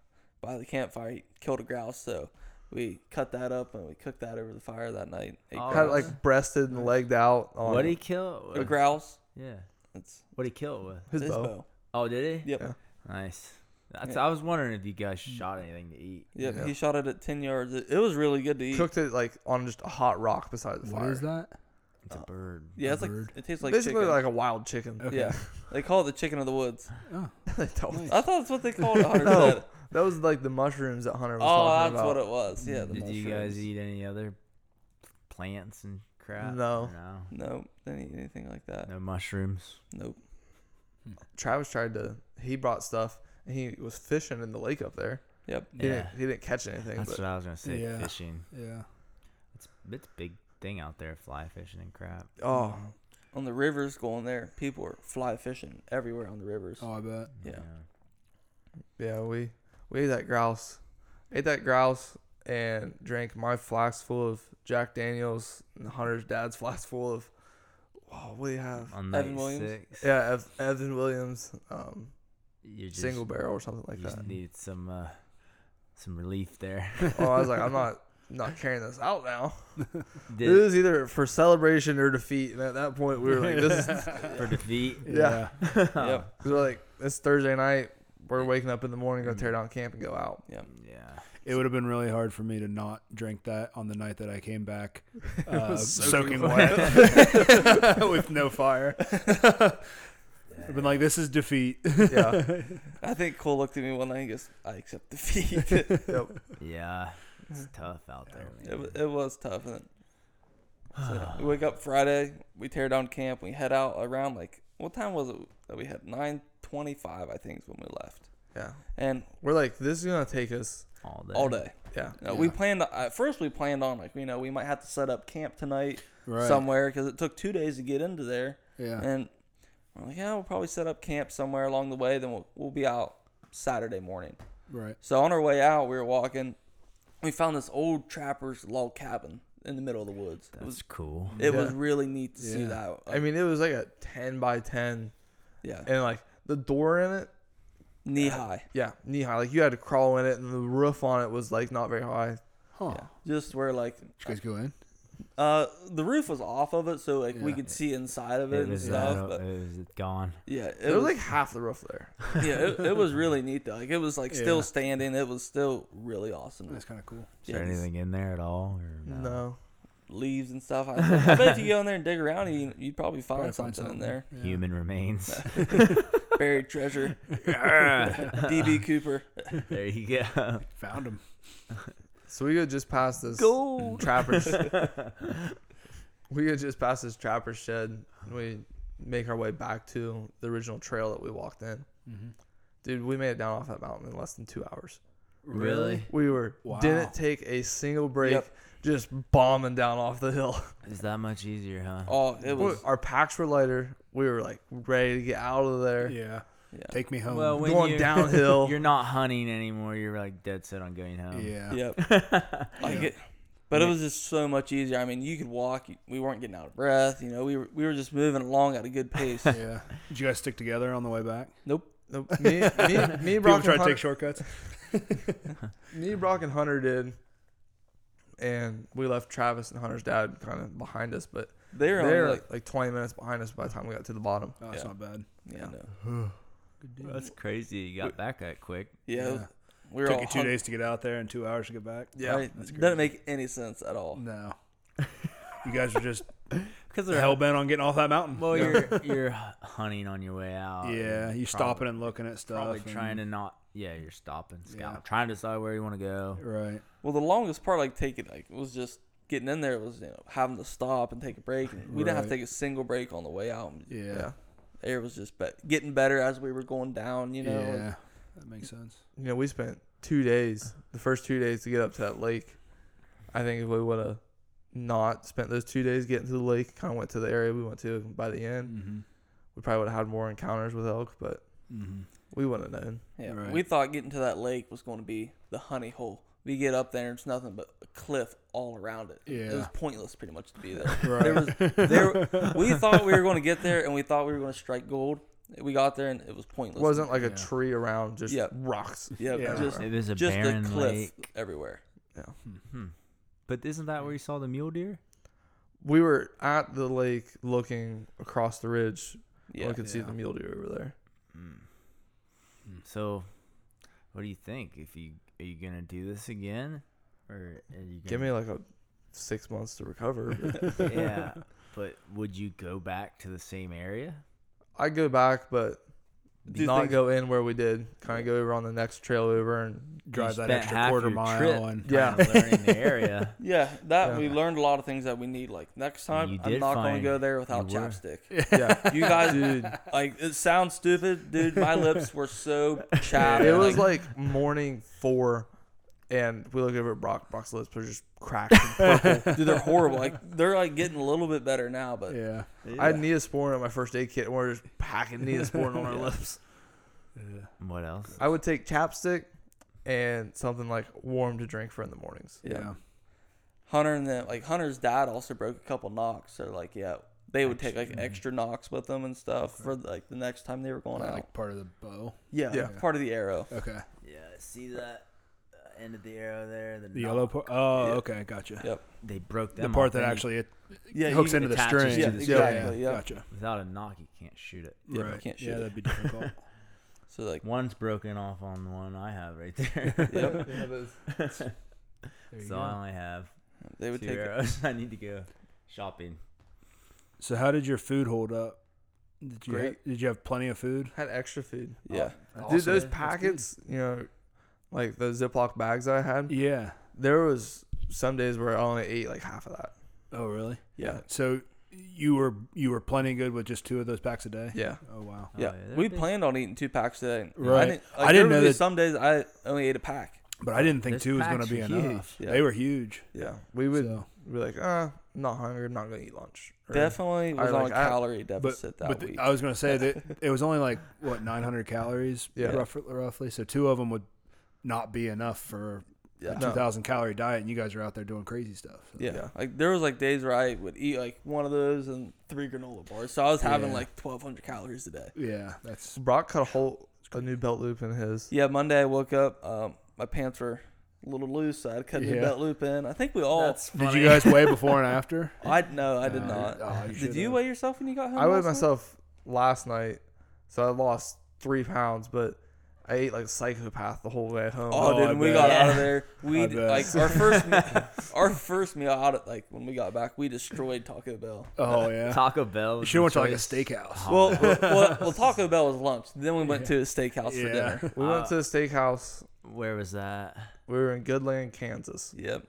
by the campfire. He killed a grouse, so we cut that up and we cooked that over the fire that night. Oh. Ate Kind grouse. of like breasted and legged out on What'd he kill? it a with? grouse. Yeah. It's What'd he kill it with? his his bow. bow. Oh, did he? Yep. Yeah. Mm. Nice. That's, I was wondering if you guys shot anything to eat. Yep, Yeah. he shot it at ten yards. It, it was really good to eat. Cooked it like on just a hot rock beside the What fire. is that? It's a Uh, bird. yeah, it's like Bird. it tastes like Basically chicken. like a wild chicken. Okay. Yeah, they call it the chicken of the woods. Oh, They don't- nice. I thought that's what they called it. Hunter No, said. that was like the mushrooms that Hunter was Oh, talking that's about. what it was. Yeah. Did Mm. you mushrooms. guys eat any other plants and crap? No. No. No, didn't eat anything like that. No mushrooms. Nope. Travis tried to. He brought stuff. and He was fishing in the lake up there. Yep. He, Yeah. didn't, he didn't catch anything. That's but what I was gonna say. Yeah. Fishing. Yeah. It's it's a big thing out there, fly fishing and crap. oh, On the rivers going there, people are fly fishing everywhere on the rivers. Oh, I bet. Mm. Yeah. yeah, we we ate that grouse, ate that grouse, and drank my flask full of Jack Daniels and Hunter's dad's flask full of. Oh, what do you have? On night Evan Williams? six, Yeah, Ev- Evan Williams, um, you just, single barrel or something like you just that. needed some uh, some relief there. oh, I was like, I'm not not carrying this out now. It Did, was either for celebration or defeat, and at that point we were like, this is for defeat. Yeah. Yep. So like it's Thursday night. We're waking up in the morning, gonna tear down camp and go out. Yep. Yeah. It would have been really hard for me to not drink that on the night that I came back, uh, soaking soaking wet with no fire. I've been like, this is defeat. Yeah. I think Cole looked at me one night and goes, I accept defeat. it, Yep. Yeah. It's tough out there. Man. wa- it was tough. And then, so, yeah, we wake up Friday, we tear down camp, we head out around like, what time was it that we had? 9.25, I think, is when we left. Yeah. And We're like, this is gonna take us. All day. all day. Yeah. No, we planned uh, at first. We planned on like you know we might have to set up camp tonight Right. somewhere because it took two days to get into there, Yeah. and we're like, yeah, we'll probably set up camp somewhere along the way. Then we'll we'll be out Saturday morning. Right. So on our way out, we were walking. We found this old trapper's log cabin in the middle of the woods. It was That's cool. it was Yeah. really neat to see Yeah. that. I mean, it was like a ten by ten, yeah, and like the door in it, knee high. yeah, knee high. Like you had to crawl in it, and the roof on it was like not very high. Huh. Yeah, just where like Did you guys go in? uh the roof was off of it, so like we Yeah. could see inside of it, It and was, stuff. uh, but it was gone. yeah, it, It, was, was like half the roof there. yeah, it, it was really neat though. Like it was like still Yeah. standing. It was still really awesome. That's kind of cool. Is there Yeah, these anything in there at all? Or no. No. Leaves and stuff. I, I bet if you go in there and dig around, you you'd probably find, Probably something, find in there. Yeah. Human remains. Buried treasure. there DB Cooper. you go. Found him. So we could just pass this Gold. trappers. we could just pass this trapper shed. And we make our way back to the original trail that we walked in. Dude, we made it down off that mountain in less than two hours. Really? We were Wow. didn't take a single break, Yep. just bombing down off the hill. Is that much easier, huh? Oh, it was. our packs were lighter. We were like ready to get out of there, Yeah. Yeah. Take me home. Well, when going you're, downhill. you're not hunting anymore. You're like dead set on going home. yeah. Yep. like it. But it was just so much easier. I mean, you could walk. you- We weren't getting out of breath. You know, we were, we were just moving along at a good pace. Yeah. Did you guys stick together on the way back? nope. No, me, me, me, People try Brock, and to Hunter, take shortcuts. Oh, me, Brock, and Hunter did, and we left Travis and Hunter's dad kind of behind us, but They were they're, only like, like, like 20 minutes behind us by the time we got to the bottom. Oh, it's Yeah. not bad. yeah, no. That's crazy. You got back that quick. yeah. it was- Yeah. We were Took all you two hung- days to get out there and two hours to get back. Yeah, right? Doesn't make any sense at all. No. you guys were just Because they're hell bent on getting off that mountain. Well, you're you're hunting on your way out. yeah. and probably- You stopping and looking at stuff. Probably and- trying to not. Yeah, you're stopping, scouting, Yeah. trying to decide where you want to go. Right. Well, the longest part, like taking, like was just getting in there. Was you know having to stop and take a break. And we didn't have to Right. take a single break on the way out. Yeah. yeah. Air was just be- getting better as we were going down. You know, and yeah. That makes sense. you know, we spent two days, the first two days to get up to that lake. I think if we would have not spent those two days getting to the lake, kind of went to the area we went to by the end, Mm-hmm. we probably would have had more encounters with elk, but Mm-hmm. we wouldn't have known. yeah, Right. we thought getting to that lake was going to be the honey hole. We get up there, and it's nothing but a cliff all around it. It was Yeah. pointless, pretty much, to be there. Right. there was, there, we thought we were going to get there, and we thought we were going to strike gold. We got there, and it was It pointless. wasn't like a Yeah. tree around, just Yeah. rocks. yeah, Yeah. just It was a just a barren cliff lake. everywhere. Hmm. But isn't that where you saw the mule deer? We were at the lake looking across the ridge. and Yeah, we could see Yeah. the mule deer over there. Hmm, So What do you think? If you are you gonna do this again, or are you gonna, Give me like a six months to recover. but Mm-hmm. yeah? But would you go back to the same area? I'd go back, but Do not things- go in where we did. Kind of go over on the next trail over and Drive that spent extra half quarter your mile trip and Yeah. kinda learning the area. Yeah, that Yeah. we learned a lot of things that we need. Like next time, You I'm did not going to find go there without you were. chapstick. yeah. You guys, dude, like it sounds stupid, dude. My lips were so chapped. It was like morning four, and we look over at Brock. Brock's lips are just cracked and purple. dude, they're horrible. Like they're like getting a little bit better now, but yeah. I had Neosporin on my first aid kit, and we're just packing Neosporin on our lips. What else? I would take chapstick and something like warm to drink for in the mornings. yeah. Yeah. Hunter and then like Hunter's dad also broke a couple knocks, so like yeah, they would take like extra knocks with them and stuff for like the next time they were going out. Like part of the bow. Yeah, Yeah. part of the arrow. Okay. Yeah, see that uh, end of the arrow there. The yellow part. Oh, okay. Gotcha. Yep. They broke The them. part off, that and you- actually it Yeah, you hooks can into the attach it string. to the yeah, string. yeah, Yeah. Gotcha. without a knock, you can't shoot it. Yeah, you right. can't shoot yeah, it. that'd be difficult. So like One's broken off on the one I have right there, yep, There you so go. I only have they would two take arrows. I need to go shopping. So how did your food hold up? Did you Great. did you have plenty of food? Had extra food. yeah. Dude, Awesome. those That's good. packets, you know, like those Ziploc bags I had, Yeah. there was some days where I only ate like half of that. Oh, really? Yeah. So you were you were plenty good with just two of those packs a day. Yeah. Oh wow. Oh, Yeah, they're we big. planned on eating two packs today. I Right. didn't, I like, didn't there know would be that- Some days I only ate a pack. But I didn't think Those two was going packs to be are enough. huge. Yeah. They were huge. Yeah. We would So- be like, uh, not hungry. I'm not going to eat lunch. Or- Definitely I was on like- a I- calorie but, deficit that but uh, th- week. I was going to say that it was only like what 900 calories Yeah. roughly, roughly. So two of them would not be enough for yeah. a No. 2000 calorie diet and you guys are out there doing crazy stuff. So- yeah, Yeah. like there was like days where I would eat like one of those and three granola bars, so I was having Yeah. like twelve hundred calories a day. Yeah, that's Brock cut a whole a new belt loop in his. Yeah, Monday I woke up, um, my pants were a little loose, so I had to cut Yeah. a belt loop in. I think we Oh, all. That's Did funny. you guys weigh before and after? I no, I did Uh, not. oh, you did you should've. weigh yourself when you got home? I weighed last night? myself last night, so I lost three pounds, but I ate like a psychopath the whole way home. Oh, Oh, dude, I when we bet. got out Yeah. of there, we I d- bet. like our first me- our first meal out of like when we got back, we destroyed Taco Bell. Oh yeah. Taco Bell. You was should have the went to like a choice. Oh, steakhouse. Well, well, well, well, Taco Bell was lunch. Then we went to a steakhouse for Yeah. dinner. we went to a steakhouse. Where was that? We were in Goodland, Kansas. Yep.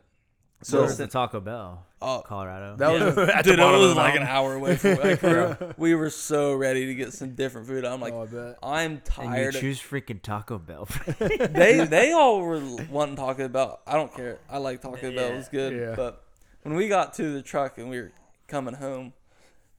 So So Where's the Taco Bell? Oh, Colorado. that was yeah. the dude, it bottom of was the like an hour away from. Like, we, were, we were so ready to get some different food. I'm like, Oh, I bet. I'm and you tired. choose freaking Taco Bell. they they all were wanting Taco Bell. I don't care. I like Taco Bell. It was good. Yeah. But when we got to the truck and we were coming home,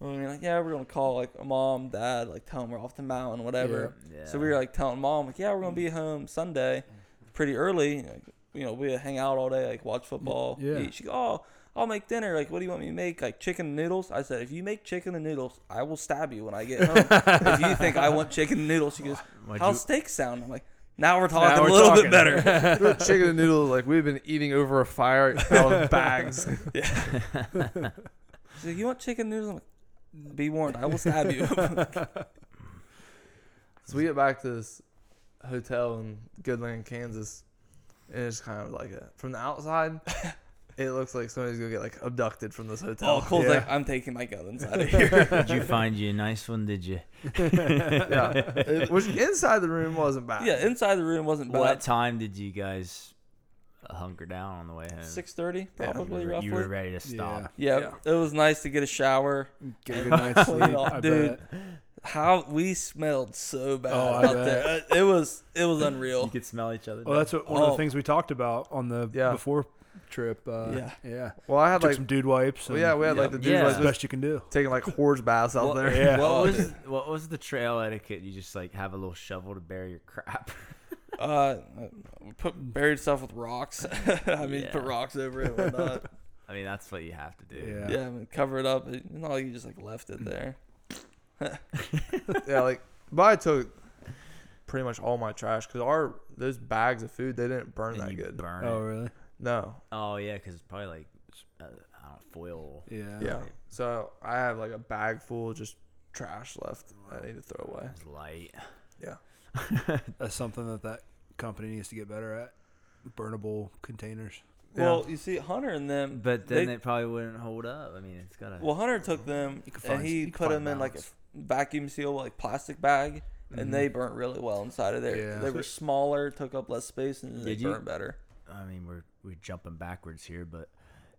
we were like, yeah, we're gonna call like mom, dad, like tell them we're off the mountain, whatever. Yeah. So we were like telling mom, like, yeah, we're gonna be home Sunday, pretty early. Like, you know, we hang out all day, like watch football. Yeah. Eat. She go, oh, I'll make dinner. Like, what do you want me to make? Like chicken and noodles. I said, if you make chicken and noodles, I will stab you when I get home. if you think I want chicken and noodles, she goes, Why'd how's you- steak sound? I'm like, now we're talking we're a little talking. bit better. the chicken and noodles like we've been eating over a fire out of bags. She's like, you want chicken noodles? I'm like, be warned, I will stab you. So we get back to this hotel in Goodland, Kansas, and it's kind of like a, from the outside, it looks like somebody's gonna get like abducted from this oh, hotel. Cole's Yeah. like, I'm taking my guns out of here. did you find you a nice one? Did you? yeah, It- which inside the room wasn't bad. yeah, inside the room wasn't What bad. time did you guys hunker down on the way home? Six thirty, You probably were- roughly. You were ready to stop. yeah, it was nice to get a shower. Get a good night's sleep. I Dude. bet. How we smelled so bad Oh, I out there. Uh, It was it was unreal. You could smell each other. Well, that's what, one of Oh. the things we talked about on the Yeah. before trip. Uh, yeah, Yeah. yeah. Well, I had Took like some dude wipes. well, yeah, and we had like the dudes Yeah. like that's the just best you can do. taking like horse baths out Well, there. Yeah. Well, what was what was the trail etiquette? You just like have a little shovel to bury your crap. uh, we put buried stuff with rocks. I mean, Yeah. put rocks over it, and whatnot. I mean, that's what you have to do. Yeah. yeah, I mean, cover it up. It's not like you just like left it there. yeah, like, but I took pretty much all my trash because our those bags of food they didn't burn And that you good. burn Oh, it. really? No, Oh yeah, because it's probably like uh, I don't know, foil. Yeah. yeah. So I have like a bag full of just trash left. that I need to throw away. It's light. Yeah. That's something that that company needs to get better at burnable containers. Well, you see, Hunter and them, But then Mm. they- it probably wouldn't hold up. I mean, it's got to. well, Hunter took them You can and find- he you can put find them in like a balance. vacuum seal like plastic bag, Mhm. and they burnt really well inside of there. Yeah. They were smaller, took up less space, and they Did you- burnt better. I mean, we're we're jumping backwards here, but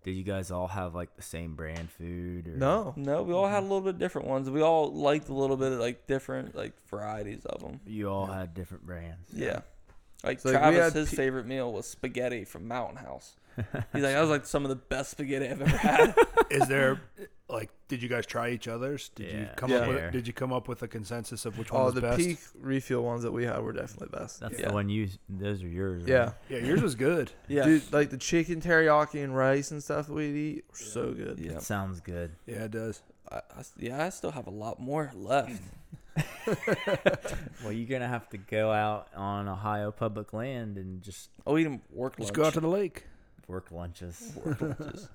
did you guys all have like the same brand food? Or, No. No, we all had a little bit different ones. We all liked a little bit of like different like varieties of them. You all had different brands. Yeah. Like So, like, we Travis, had his pe- favorite meal was spaghetti from Mountain House. He's like, that was like some of the best spaghetti I've ever had. Is there like did you guys try each other's? Did you Yeah. come Yeah. up with did you come up with a consensus of which one Oh, was the best? peak refill ones that we had were definitely best. That's Yeah. the one you. Those are yours. right? Yeah. Yeah, yours was good. Yeah. Dude, like the chicken teriyaki and rice and stuff that we'd eat were so good. yeah. It sounds good. Yeah, it does. I, I s- yeah, I still have a lot more left. Well, you're gonna have to go out on Ohio public land and just I'll eat them Oh, work lunch. Just go out to the lake. work lunches. work lunches.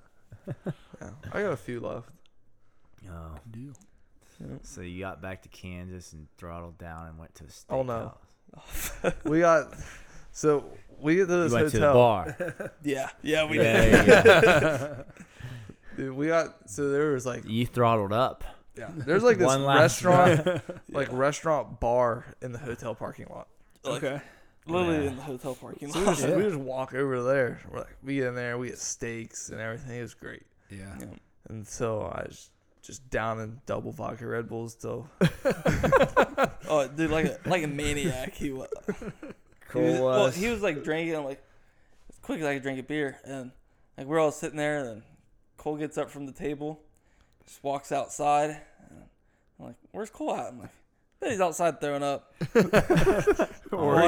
Yeah. I got a few left. Oh, Deal. so you got back to Kansas and throttled down and went to a steakhouse. Oh, no. We got so we get to You this went to the hotel. bar. Yeah, yeah, we yeah, did. yeah, yeah. Dude, we got so there was like You throttled up. there's like this One last run. restaurant like restaurant bar in the hotel parking lot. Like, Okay. Literally Yeah. in the hotel parking So we lot. just, we just walk over there. We're like we get in there, we get steaks and everything. It was great. Yeah. Yeah. And so I was just down in double vodka Red Bulls till Oh, dude, like a, like a maniac. He was. Cool. He was, well, was. he was like drinking. I'm like, as quick as I could drink a beer, and like we're all sitting there, and then Cole gets up from the table, just walks outside. And I'm like, "Where's Cole at?" I'm like, "Yeah, "He's outside throwing up." walk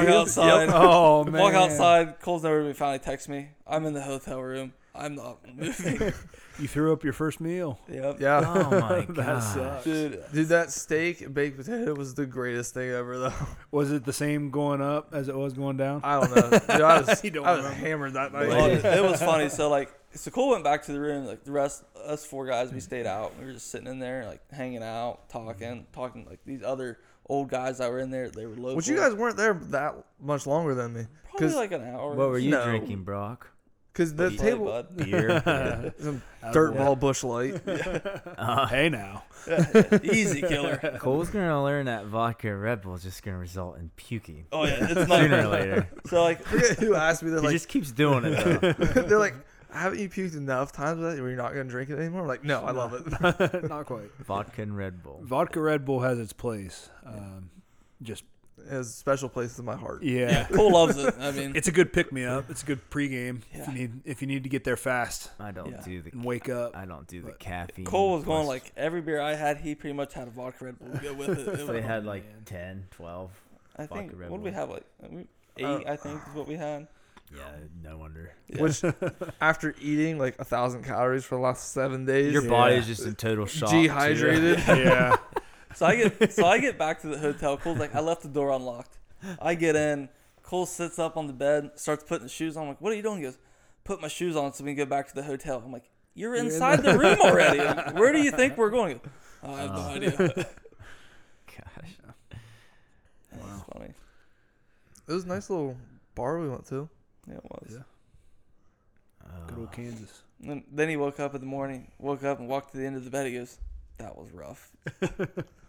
outside. Oh man. Walk outside. Cole's nowhere to be found. He texts me. I'm in the hotel room. I'm not moving. You threw up your first meal. yep. yeah. oh my That god. sucks. Dude, Dude, that steak and baked potato was the greatest thing ever, though. Was it the same going up as it was going down? I don't know. Dude, I was, You don't I was remember. hammered that night. Well, it, it was funny. So like, so Cole went back to the room. Like the rest, us four guys, we stayed out. We were just sitting in there, like hanging out, talking, talking. Like these other old guys that were in there, they were local. But you guys weren't there that much longer than me, probably 'cause- like an hour. What were you No. drinking, Brock? because the Play, table bud. Beer. Yeah. some dirt ball bush light. hey now. Easy killer. Uh, Cole's gonna learn that vodka Red Bull is just gonna result in puking Oh yeah, it's sooner or not. later. So like, Forget who asked me. They're he like, just keeps doing it. Though. they're like, haven't you puked enough times with that? Where you're not gonna drink it anymore? I'm like, no, I love it. Not quite. vodka and Red Bull. Vodka Red Bull has its place. Um, just It has a special place in my heart. yeah. Cole loves it. I mean, It's a good pick me up. It's a good pregame if Yeah. you need if you need to get there fast I don't Yeah. do the. and wake up. I don't do the caffeine. Cole was going plus- like every beer I had, he pretty much had a vodka Red Bull to go with it. It They was- had like 10, 12. I think vodka Red what did we Bull. have? Like we- eight, Uh, I think is what we had. Yeah, no wonder. Yeah. Which, after eating like a thousand calories for the last seven days, Your Yeah. body is just in total shock. too. dehydrated. yeah. So I get so I get back to the hotel. Cole's like, I left the door unlocked. I get in. Cole sits up on the bed, starts putting his shoes on. I'm like, what are you doing? He goes, put my shoes on so we can go back to the hotel. I'm like, you're inside the room already. Like, Where do you think we're going? He goes, "Oh, I have no idea. Gosh. That's funny. It was a nice little bar we went to. Yeah, it was. Yeah. Good Oh. old Kansas. And then, then he woke up in the morning, woke up and walked to the end of the bed. He goes, that was rough.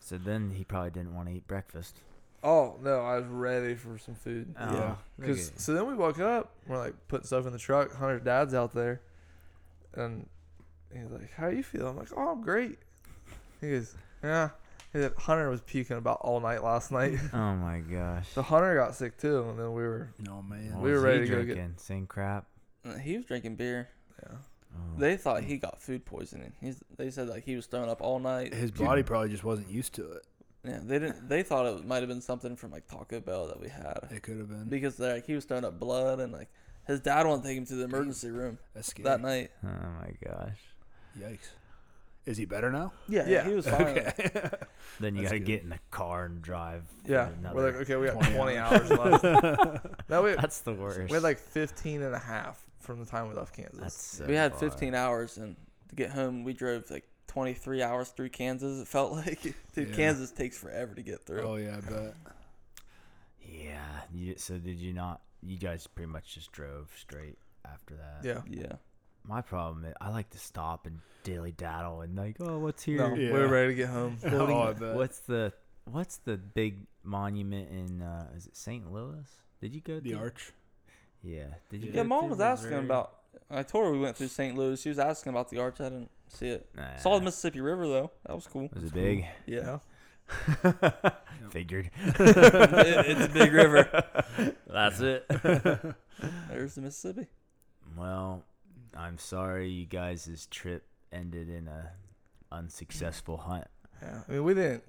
So then he probably didn't want to eat breakfast. Oh no, I was ready for some food. Oh, Yeah, look Cause at- so then we woke up, we're like putting stuff in the truck. Hunter's dad's out there, and he's like, "How you feel?" I'm like, "Oh, I'm great." He goes, "Yeah." He said Hunter was puking about all night last night. oh my gosh. so Hunter got sick too, and then we were No man. What we were was he ready to go get- drinking? Same crap. And He was drinking beer. yeah. Oh. They thought he got food poisoning. He's, they said like he was throwing up all night. His body probably just wasn't used to it. Yeah, they didn't. They thought it might have been something from like Taco Bell that we had It could have been. because like he was throwing up blood and like his dad wanted to take him to the emergency room That's scary. that night. oh my gosh. Yikes. Is he better now? Yeah, Yeah, he was fine. Then you That's gotta good. get in the car and drive. for yeah. another- We're like, okay, we got 20 20, hours left. no, we, That's the worst. we had like 15 and a half from the time we left Kansas. That's so we had far. 15 hours and to get home we drove like 23 hours through Kansas. It felt like dude, Yeah. Kansas takes forever to get through. oh yeah, I bet. Yeah. Yeah. You, so did you not? You guys pretty much just drove straight after that. Yeah. Yeah. My problem is I like to stop and dilly daddle and like, oh, what's here? No, Yeah. we were ready to get home. Oh, I bet. What's the What's the big monument in? Uh, is it St. Louis? Did you go? The to- arch. Yeah. Did you? Yeah, go mom to was asking Missouri? about. I told her we went through St. Louis. She was asking about the arch. I didn't see it. Nah. Saw the Mississippi River though. That was cool. Was it big? Yeah, Figured. It- it's a big river. That's it. There's the Mississippi. Well, I'm sorry you guys' trip ended in a unsuccessful hunt. Yeah. I mean, we didn't.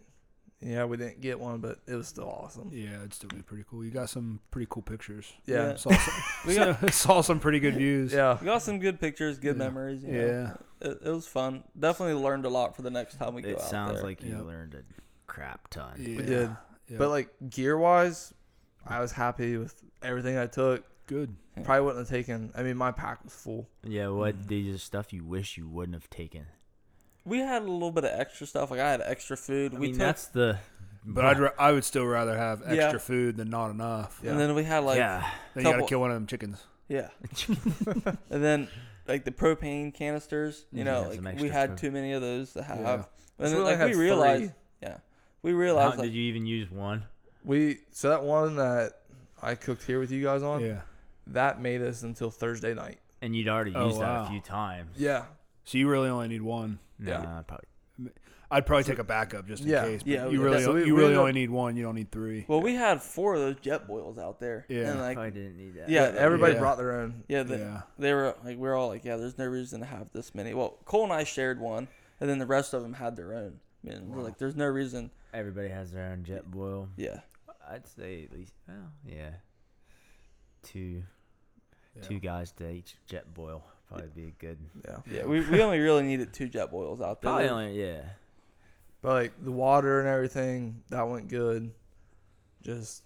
Yeah, we didn't get one, but it was still awesome. Yeah, it'd still be pretty cool. You got some pretty cool pictures. Yeah. Saw some, We got saw some pretty good views. Yeah. we got some good pictures, good Yeah. memories. You know. Yeah. It, it was fun. Definitely learned a lot for the next time we go It out sounds there. like you Yep. learned a crap ton. yeah. did. Yeah. But like gear wise, I was happy with everything I took. good. Probably wouldn't have taken. I mean, my pack was full. Yeah, what these are stuff you wish you wouldn't have taken. we had a little bit of extra stuff. Like I had extra food. I we mean, took, that's the. But I'd ra- I would still rather have extra Yeah. food than not enough. Yeah. and then we had like yeah. yeah. Then you got to Couple- kill one of them chickens. and then like the propane canisters. You Mhm. know, Yeah, some like we extra had food. too many of those to have. Yeah. And So then, we only like had we three. realized, yeah, we How, realized like, did you even use one? We so that one that I cooked here with you guys on Yeah. that made us until Thursday night. And you'd already Oh, used that wow. a few times. Yeah. So you really only need one. Yeah. Yeah. probably. I'd probably take a backup just in Yeah. case. but Yeah, You yeah. really, So we- you we really ended up- only need one. You don't need three. well, we had four of those jet boils out there. Yeah. and like probably didn't need that. yeah, Everybody Yeah. brought their own. Yeah, they, Yeah. they were like we were all like, yeah, there's no reason to have this many. Well, Cole and I shared one, and then the rest of them had their own. I mean, we're like, there's no reason. Everybody has their own jet boil. Yeah, I'd say at least, well, yeah. Two, Yeah. two guys to each jet boil probably be a good. Yeah. yeah, we, we only really needed two jet boils out there. Probably only, yeah. But like the water and everything, that went good. Just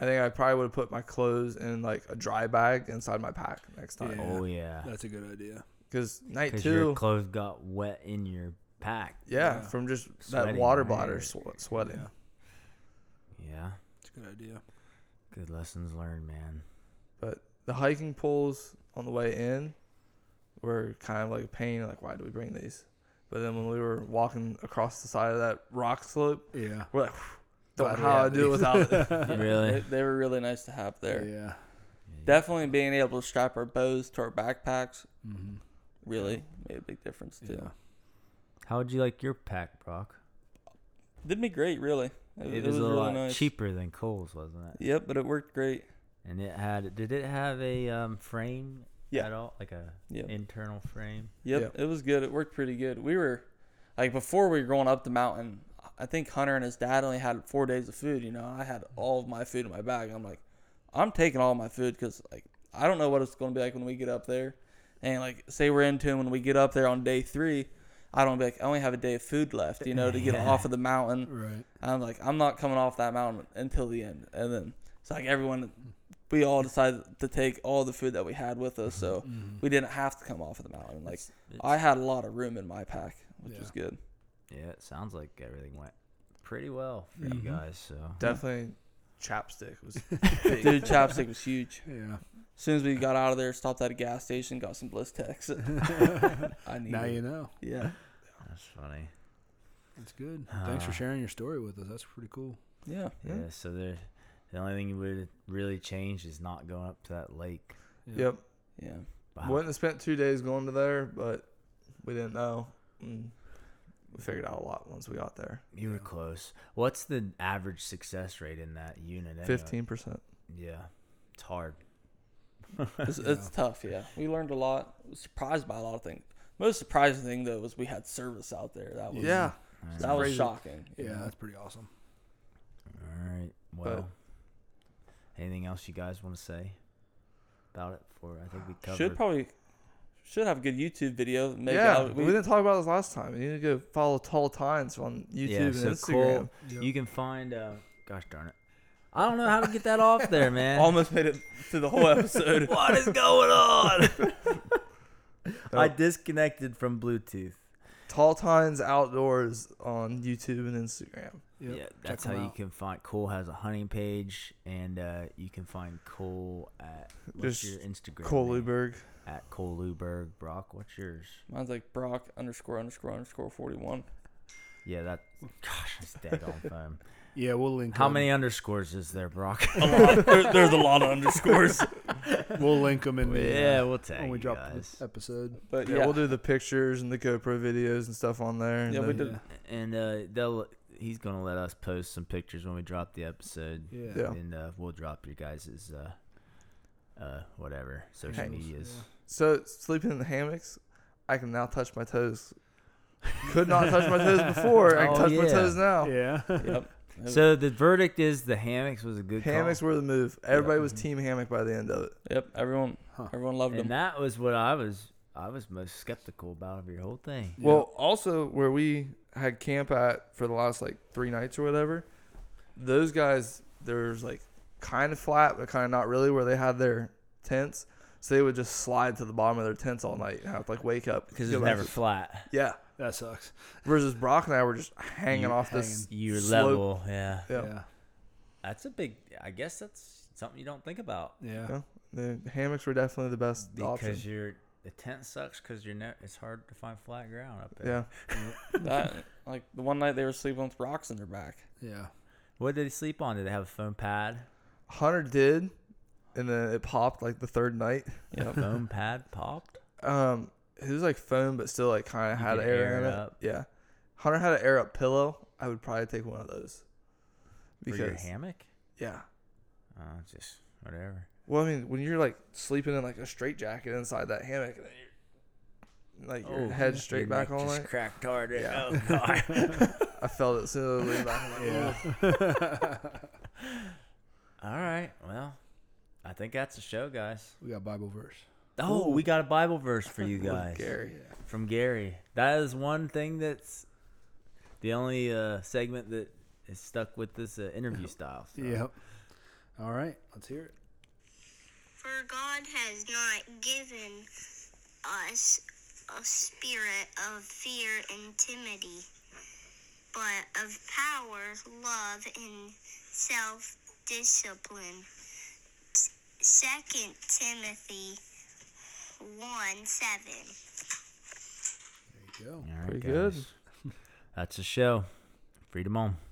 I think I probably would have put my clothes in like a dry bag inside my pack next time. Yeah. Oh yeah. That's a good idea. Because night Because two, your clothes got wet in your pack. yeah, Yeah. from just that Sweating, water right? bladder swe- sweating. Yeah. Yeah. It's a good idea. Good lessons learned, man. But the hiking poles on the way in were kind of like a pain. Like, why do we bring these? But then when we were walking across the side of that rock slope, Yeah. we're like, don't Glad know we how had I do it these. without it. Really? They, they were really nice to have there. Yeah. Definitely being able to strap our bows to our backpacks hmm really made a big difference too. Yeah. How would you like your pack, Brock? Did me great, really. It, It, it was, was a really lot nice. cheaper than Cole's, wasn't it? Yep, but it worked great. And it had. Did it have a um, frame Yeah. at all? Like a Yeah. internal frame? Yep, Yep. it was good. It worked pretty good. We were like before we were going up the mountain. I think Hunter and his dad only had four days of food. You know, I had all of my food in my bag. I'm like, I'm taking all my food because like I don't know what it's going to be like when we get up there. And like, say we're into when we get up there on day three, I don't be like I only have a day of food left. You know, to get Yeah. off of the mountain. Right. I'm like, I'm not coming off that mountain until the end. And then it's like everyone, we all decided to take all the food that we had with us, so Mm-hmm. we didn't have to come off of the mountain. Like It's- it's- I had a lot of room in my pack, which Yeah. was good. yeah, it sounds like everything went pretty well for Mhm. Mm-hmm. you guys. So Definitely chapstick was big. Dude, chapstick was huge. Yeah. As soon as we got out of there, stopped at a gas station, got some Bliss Tex. I need Now it. you know. Yeah. that's funny. That's good. Thanks Ah. for sharing your story with us. That's pretty cool. Yeah. Yeah. Yeah. So there, the only thing you would really change is not going up to that lake. Yep. Yeah. Wow. Wouldn't have spent two days going to there, but we didn't know. And we figured out a lot once we got there. You were Yeah. close. What's the average success rate in that unit? anyway? Fifteen percent. Yeah, it's hard. It's, it's tough. Yeah. We learned a lot. Was surprised by a lot of things. Most surprising thing though was we had service out there. That was Yeah. that was Crazy. shocking. you Yeah, know? that's pretty awesome. All right. Well, anything else you guys want to say about it? For I think we covered. Should probably should have a good YouTube video. Maybe yeah, I'll- we, didn't talk about this last time. You need to go follow Tall Tines on YouTube Yeah, and so Instagram. Cole, you can find. Uh, gosh darn it! I don't know how to get that off there, man. almost made it through the whole episode. what is going on? Oh. I disconnected from Bluetooth. Tall Tines Outdoors on YouTube and Instagram. Yep. yeah, Check that's how them you out. can find. Cole has a hunting page, and uh, you can find Cole at what's Just your Instagram? Cole name? Luberg. at Cole Luberg. Brock, what's yours? Mine's like Brock underscore underscore underscore forty one. Yeah, that. Gosh, that's dead on phone. Yeah, we'll link. How them. many underscores is there, Brock? there's a lot of underscores. We'll link them in the yeah, yeah we'll tag when we you drop guys. the episode. But Yeah, yeah, we'll do the pictures and the GoPro videos and stuff on there. and Yeah, we did. then- and uh, they'll he's gonna let us post some pictures when we drop the episode. Yeah. Yeah. and uh, we'll drop your guys' uh, uh, whatever social Hey. medias. So sleeping in the hammocks, I can now touch my toes. Could not touch my toes before. I can Oh, touch my yeah. toes now. Yeah. yep. So the verdict is the hammocks was a good Hammocks call. Mm-hmm. were the move. Everybody was team hammock by the end of it. Yep. Everyone, Huh. everyone loved and him. that was what I was I was most skeptical about of your whole thing. Well, also where we had camp at for the last like three nights or whatever, those guys there's like kind of flat but kind of not really where they had their tents, so they would just slide to the bottom of their tents all night and have to like wake up Because go it's back never to- flat. yeah. that sucks. Versus Brock and I were just hanging You- off this Your slope. level, yeah. Yeah. Yeah. That's a big. I guess that's something you don't think about Yeah. Yeah. The hammocks were definitely the best option. because your the tent sucks because you're ne- it's hard to find flat ground up there. Yeah. That, like the one night they were sleeping with rocks in their back. Yeah. What did they sleep on? Did they have a foam pad? Hunter did, and then it popped like the third night. Yep. Foam pad popped. Um, it was like foam, but still like kind of had could air, air in it it. up. Yeah, Hunter had an air up pillow. I would probably take one of those. for your Because hammock. yeah, Oh, it's just whatever. well, I mean, when you're like sleeping in like a straight jacket inside that hammock, and then you're like Oh, Oh, your head straight Your back neck all just night. cracked hard. Yeah. Oh god. I felt it as soon as I laid back. I'm like, Yeah. all right. Well, I think that's the show, guys. we got Bible verse. Oh, we got a Bible verse for you "Look, guys Gary. from Gary. That is one thing that's the only uh, segment that is stuck with this uh, interview style. so. Yep. All right. Let's hear it. For God has not given us a spirit of fear and timidity, but of power, love, and self discipline. Second Timothy 1 7. There you go. All right, Pretty good. guys. That's the show. Freedom on.